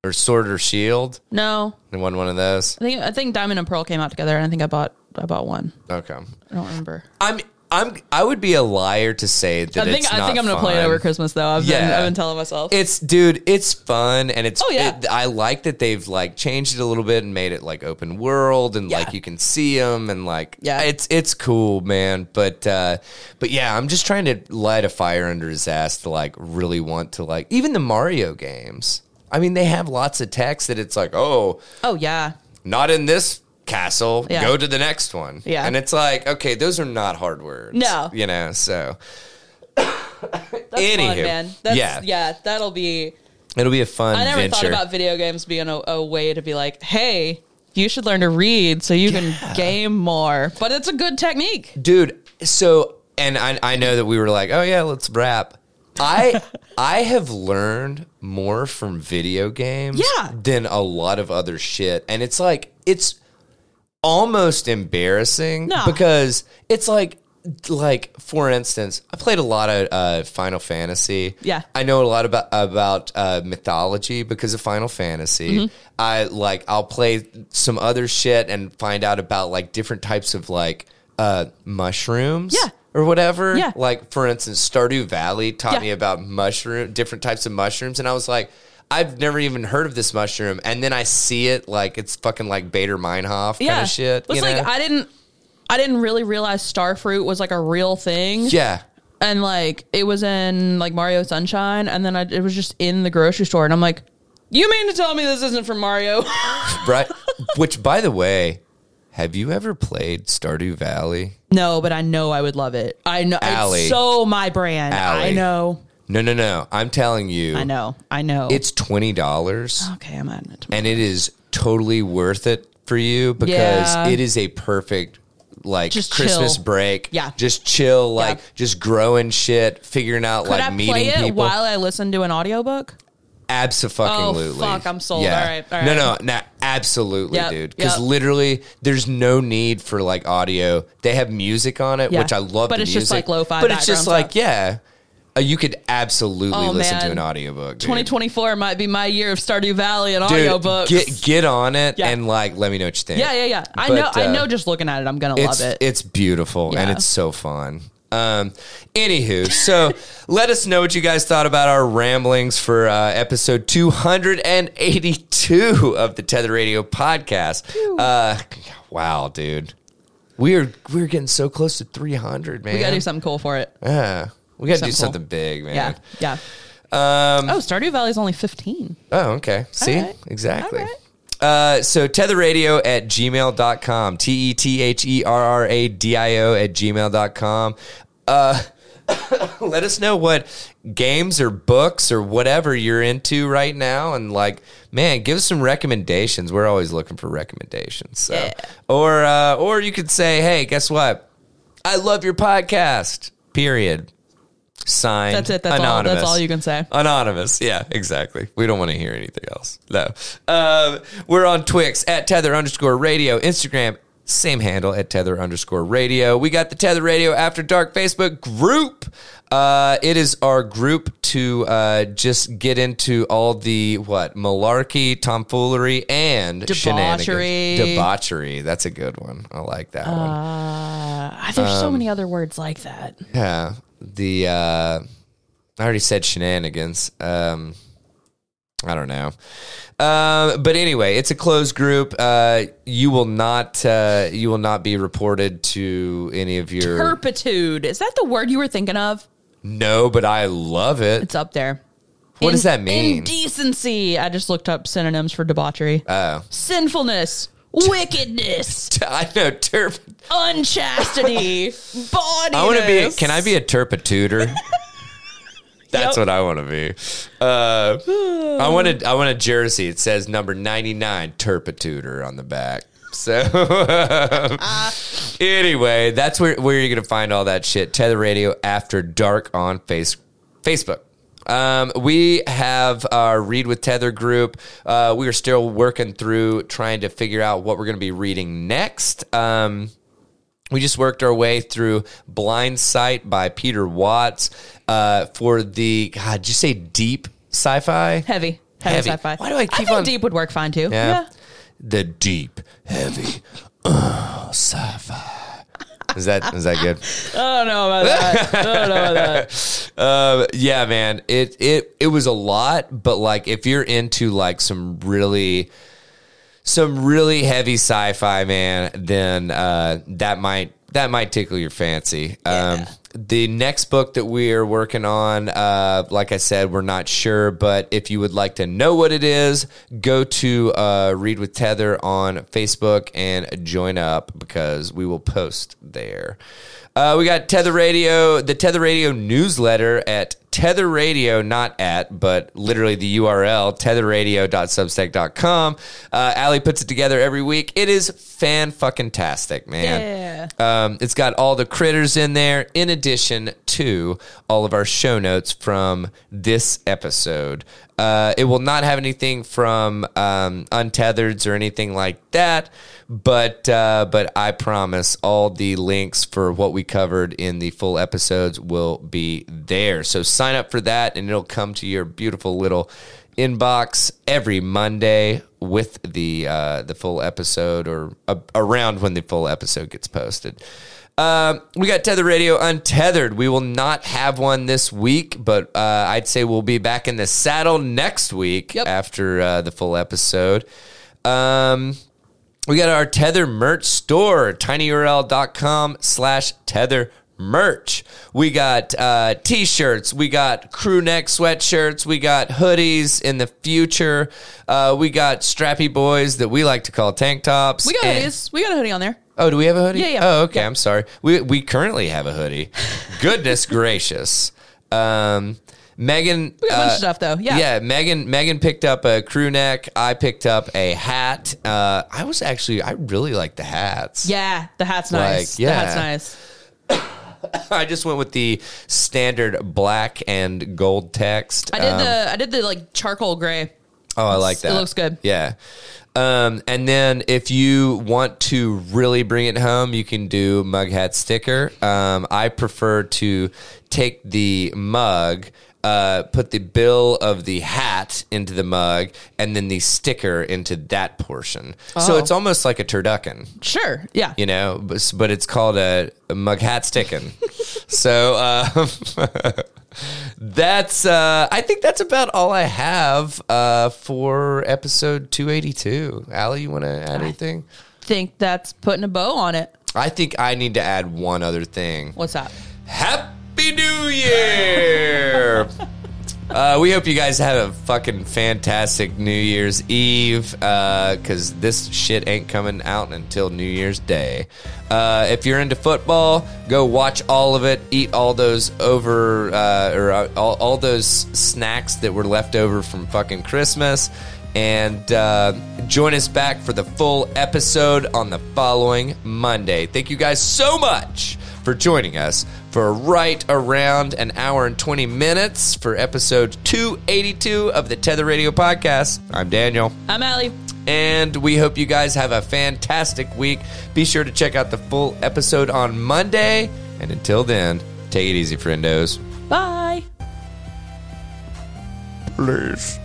Speaker 2: or Sword or Shield.
Speaker 1: No,
Speaker 2: I won one of those.
Speaker 1: I think I think Diamond and Pearl came out together, and I think I bought I bought one.
Speaker 2: Okay,
Speaker 1: I don't remember.
Speaker 2: I'm I'm I would be a liar to say that
Speaker 1: I think
Speaker 2: it's
Speaker 1: I think
Speaker 2: not
Speaker 1: I'm gonna play it
Speaker 2: fun.
Speaker 1: over Christmas though. I've been
Speaker 2: Yeah.
Speaker 1: I've been telling myself.
Speaker 2: It's dude, it's fun and it's
Speaker 1: Oh, yeah.
Speaker 2: it- I like that they've like changed it a little bit and made it like open world and
Speaker 1: Yeah.
Speaker 2: like you can see them and like
Speaker 1: Yeah.
Speaker 2: it's it's cool, man. But uh but yeah, I'm just trying to light a fire under his ass to like really want to like even the Mario games. I mean, they have lots of text that it's like, "Oh,
Speaker 1: oh yeah,
Speaker 2: not in this castle.
Speaker 1: Yeah.
Speaker 2: Go to the next one."
Speaker 1: Yeah.
Speaker 2: And it's like, "Okay, those are not hard words."
Speaker 1: No.
Speaker 2: You know, so
Speaker 1: that's fun,
Speaker 2: Anywho.
Speaker 1: man. That's,
Speaker 2: Yeah.
Speaker 1: yeah, yeah, that'll be.
Speaker 2: it'll be a fun
Speaker 1: I never
Speaker 2: venture.
Speaker 1: thought about video games being a, a way to be like, hey, you should learn to read so you can game more. But it's a good technique.
Speaker 2: dude so and I, I know that we were like oh yeah let's rap i i have learned more from video games
Speaker 1: Yeah.
Speaker 2: than a lot of other shit and it's like it's almost embarrassing
Speaker 1: No.
Speaker 2: because it's like like for instance i played a lot of uh, final fantasy
Speaker 1: Yeah.
Speaker 2: i know a lot about about uh, mythology because of final fantasy
Speaker 1: Mm-hmm.
Speaker 2: i like i'll play some other shit and find out about like different types of like uh, mushrooms
Speaker 1: Yeah.
Speaker 2: or whatever
Speaker 1: Yeah.
Speaker 2: like for instance stardew valley taught
Speaker 1: Yeah.
Speaker 2: me about mushroom different types of mushrooms and i was like I've never even heard of this mushroom, and then I see it like it's fucking like Bader Meinhof
Speaker 1: Yeah.
Speaker 2: kind of shit.
Speaker 1: It's
Speaker 2: you
Speaker 1: like
Speaker 2: know?
Speaker 1: I didn't I didn't really realize starfruit was like a real thing.
Speaker 2: yeah,
Speaker 1: And like it was in like Mario Sunshine and then I, it was just in the grocery store and I'm like, You mean to tell me this isn't from Mario?
Speaker 2: right. Which, by the way, have you ever played Stardew Valley?
Speaker 1: no, but I know I would love it. I know
Speaker 2: Ally.
Speaker 1: it's so my brand.
Speaker 2: Ally.
Speaker 1: I know.
Speaker 2: No, no, no. I'm telling you,
Speaker 1: I know. I know.
Speaker 2: it's twenty dollars,
Speaker 1: okay, I'm adding it to my
Speaker 2: and it is totally worth it for you because
Speaker 1: Yeah.
Speaker 2: it is a perfect like
Speaker 1: Just
Speaker 2: Christmas
Speaker 1: chill.
Speaker 2: break.
Speaker 1: Yeah.
Speaker 2: just chill, like
Speaker 1: Yeah.
Speaker 2: just growing shit, figuring out
Speaker 1: Could
Speaker 2: like
Speaker 1: I
Speaker 2: meeting
Speaker 1: play it
Speaker 2: people.
Speaker 1: while I listen to an audiobook?
Speaker 2: Absolutely.
Speaker 1: Oh, fuck, I'm sold. All right, all
Speaker 2: No,
Speaker 1: right.
Speaker 2: no, no. Absolutely,
Speaker 1: Yep,
Speaker 2: dude. Because
Speaker 1: yep.
Speaker 2: literally, there's no need for like audio. They have music on it,
Speaker 1: Yeah.
Speaker 2: which I love.
Speaker 1: But
Speaker 2: the
Speaker 1: it's just, like,
Speaker 2: music,
Speaker 1: lo-fi
Speaker 2: But it's just
Speaker 1: background
Speaker 2: like, yeah, uh, you could absolutely
Speaker 1: Oh,
Speaker 2: listen to
Speaker 1: man.
Speaker 2: an audiobook. Dude.
Speaker 1: 2024 might be my year of Stardew Valley and
Speaker 2: Dude,
Speaker 1: audiobooks.
Speaker 2: get get on it
Speaker 1: Yeah.
Speaker 2: and like, let me know what you think.
Speaker 1: yeah, yeah, yeah. I
Speaker 2: But,
Speaker 1: know. I
Speaker 2: uh,
Speaker 1: know. Just looking at it, I'm gonna
Speaker 2: it's,
Speaker 1: love it.
Speaker 2: It's beautiful and
Speaker 1: Yeah.
Speaker 2: it's so fun. Um, anywho, so let us know what you guys thought about our ramblings for uh, episode 282 of the Tether Radio podcast. Uh, wow, dude. We're we're getting so close to 300, man.
Speaker 1: we gotta do something cool for it.
Speaker 2: Yeah. we got to do
Speaker 1: something cool.
Speaker 2: something big, man.
Speaker 1: Yeah, yeah.
Speaker 2: Um,
Speaker 1: Oh, Stardew Valley's only 15.
Speaker 2: Oh, okay. See?
Speaker 1: right.
Speaker 2: Exactly.
Speaker 1: All right.
Speaker 2: Uh, so tetherradio at gmail.com. T E T H E R R A D I O at gmail.com. Uh, let us know what games or books or whatever you're into right now. And like, man, give us some recommendations. We're always looking for recommendations. So,
Speaker 1: Yeah.
Speaker 2: or, uh, or you could say, Hey, guess what? I love your podcast period. Signed.
Speaker 1: That's it. That's all.
Speaker 2: anonymous.
Speaker 1: That's all you can say.
Speaker 2: Anonymous. Yeah, exactly. We don't want to hear anything else. No. Um, we're on Twix at tether underscore radio, Instagram, same handle at tether underscore radio. We got the Tether Radio After Dark Facebook group. Uh, it is our group to uh, just get into all the what malarkey, tomfoolery, and shenanigans.
Speaker 1: Debauchery.
Speaker 2: Debauchery. That's a good one. I like that one.
Speaker 1: Ah, there's
Speaker 2: Um,
Speaker 1: so many other words like that.
Speaker 2: Yeah. The uh I already said shenanigans. Um I don't know. Um but anyway, it's a closed group. Uh you will not uh you will not be reported to any of your
Speaker 1: Turpitude. Is that the word you were thinking of?
Speaker 2: No, but I love it.
Speaker 1: It's up there.
Speaker 2: What does that mean?
Speaker 1: Indecency. I just looked up synonyms for debauchery.
Speaker 2: Oh.
Speaker 1: Sinfulness. Wickedness,
Speaker 2: I know turp
Speaker 1: unchastity, bawdiness.
Speaker 2: I want to be can I be a turpituder? That's
Speaker 1: Yep.
Speaker 2: what I want to be. Uh, I wanted I want a jersey. It says number 99 turpituder on the back. So anyway, that's where, where you're going to find all that shit. Tether Radio After Dark on face, Facebook. Um, we have our Read with Tether group. Uh, we are still working through trying to figure out what we're going to be reading next. Um, we just worked our way through Blind Sight by Peter Watts uh, for the, God, did you say deep sci fi?
Speaker 1: Heavy. Heavy,
Speaker 2: Heavy.
Speaker 1: sci-fi.
Speaker 2: Why do I keep
Speaker 1: think
Speaker 2: on-
Speaker 1: deep would work fine too.
Speaker 2: Yeah. The deep, heavy, uh, sci fi. Is that is that good?
Speaker 1: I don't know about that. I don't know about that.
Speaker 2: Uh, yeah, man. It it it was a lot, but like if you're into like some really some really heavy sci-fi, man, then uh, that might that might tickle your fancy. Um, the next book that we are working on, uh, like I said, we're not sure, but if you would like to know what it is, go to uh, Read with Tether on Facebook and join up because we will post there. Uh, we got Tether Radio, the Tether Radio newsletter at Tether Radio, not at, but literally the URL, tetherradio.substack.com. Uh, Allie puts it together every week. It is fan fucking tastic, man. Yeah. Um, it's got all the critters in there, in addition to all of our show notes from this episode. Uh, it will not have anything from um, Untethereds or anything like that, but uh, but I promise all the links for what we covered in the full episodes will be there. So sign up for that, and it'll come to your beautiful little inbox every Monday with the uh, the full episode or a around when the full episode gets posted. Um, we got Tether Radio Untethered. We will not have one this week, but uh, I'd say we'll be back in the saddle next week
Speaker 1: Yep.
Speaker 2: after uh, the full episode. Um, we got our Tether merch store, tinyurl.com slash Tether merch. We got uh, t shirts. We got crew neck sweatshirts. We got hoodies in the future. Uh, we got strappy boys that we like to call tank tops.
Speaker 1: We got
Speaker 2: And-
Speaker 1: hoodies. We got a hoodie on there.
Speaker 2: Oh, do we have a hoodie?
Speaker 1: Yeah, yeah.
Speaker 2: Oh, okay. I'm sorry. We we currently have a hoodie. Goodness gracious. Um, Megan. uh,
Speaker 1: We got a bunch of stuff, though. Yeah.
Speaker 2: Yeah. Megan. Megan picked up a crew neck. I picked up a hat. Uh, I was actually. I really like the hats.
Speaker 1: Yeah, the hat's nice.
Speaker 2: Like, yeah.
Speaker 1: The hat's nice.
Speaker 2: I just went with the standard black and gold text.
Speaker 1: I did
Speaker 2: Um,
Speaker 1: the I did the like charcoal gray.
Speaker 2: Oh, I like
Speaker 1: It
Speaker 2: that.
Speaker 1: looks good.
Speaker 2: Yeah. Um, and then if you want to really bring it home, you can do mug hat sticker. Um, I prefer to take the mug, uh, put the bill of the hat into the mug, and then the sticker into that portion. So
Speaker 1: Oh.
Speaker 2: it's almost like a turducken
Speaker 1: Sure. Yeah.
Speaker 2: you know, but, but it's called a, a mug hat sticking. so uh, that's, uh, I think that's about all I have uh, for episode 282. Allie, you want to add anything?
Speaker 1: Think that's putting a bow on it.
Speaker 2: I think I need to add one other thing.
Speaker 1: What's that?
Speaker 2: Happy New Year! Uh, we hope you guys have a fucking fantastic New Year's Eve because this shit ain't coming out until New Year's Day. Uh, if you're into football, go watch all of it. Eat all those over uh, or uh, all, all those snacks that were left over from fucking Christmas. And uh, join us back for the full episode on the following Monday. Thank you guys so much for joining us for right around an hour and 20 minutes for episode 282 of the Tether Radio Podcast. I'm Daniel,
Speaker 1: I'm Allie.
Speaker 2: and we hope you guys have a fantastic week. Be sure to check out the full episode on Monday. And until then, take it easy, friendos.
Speaker 1: Bye.
Speaker 2: Please.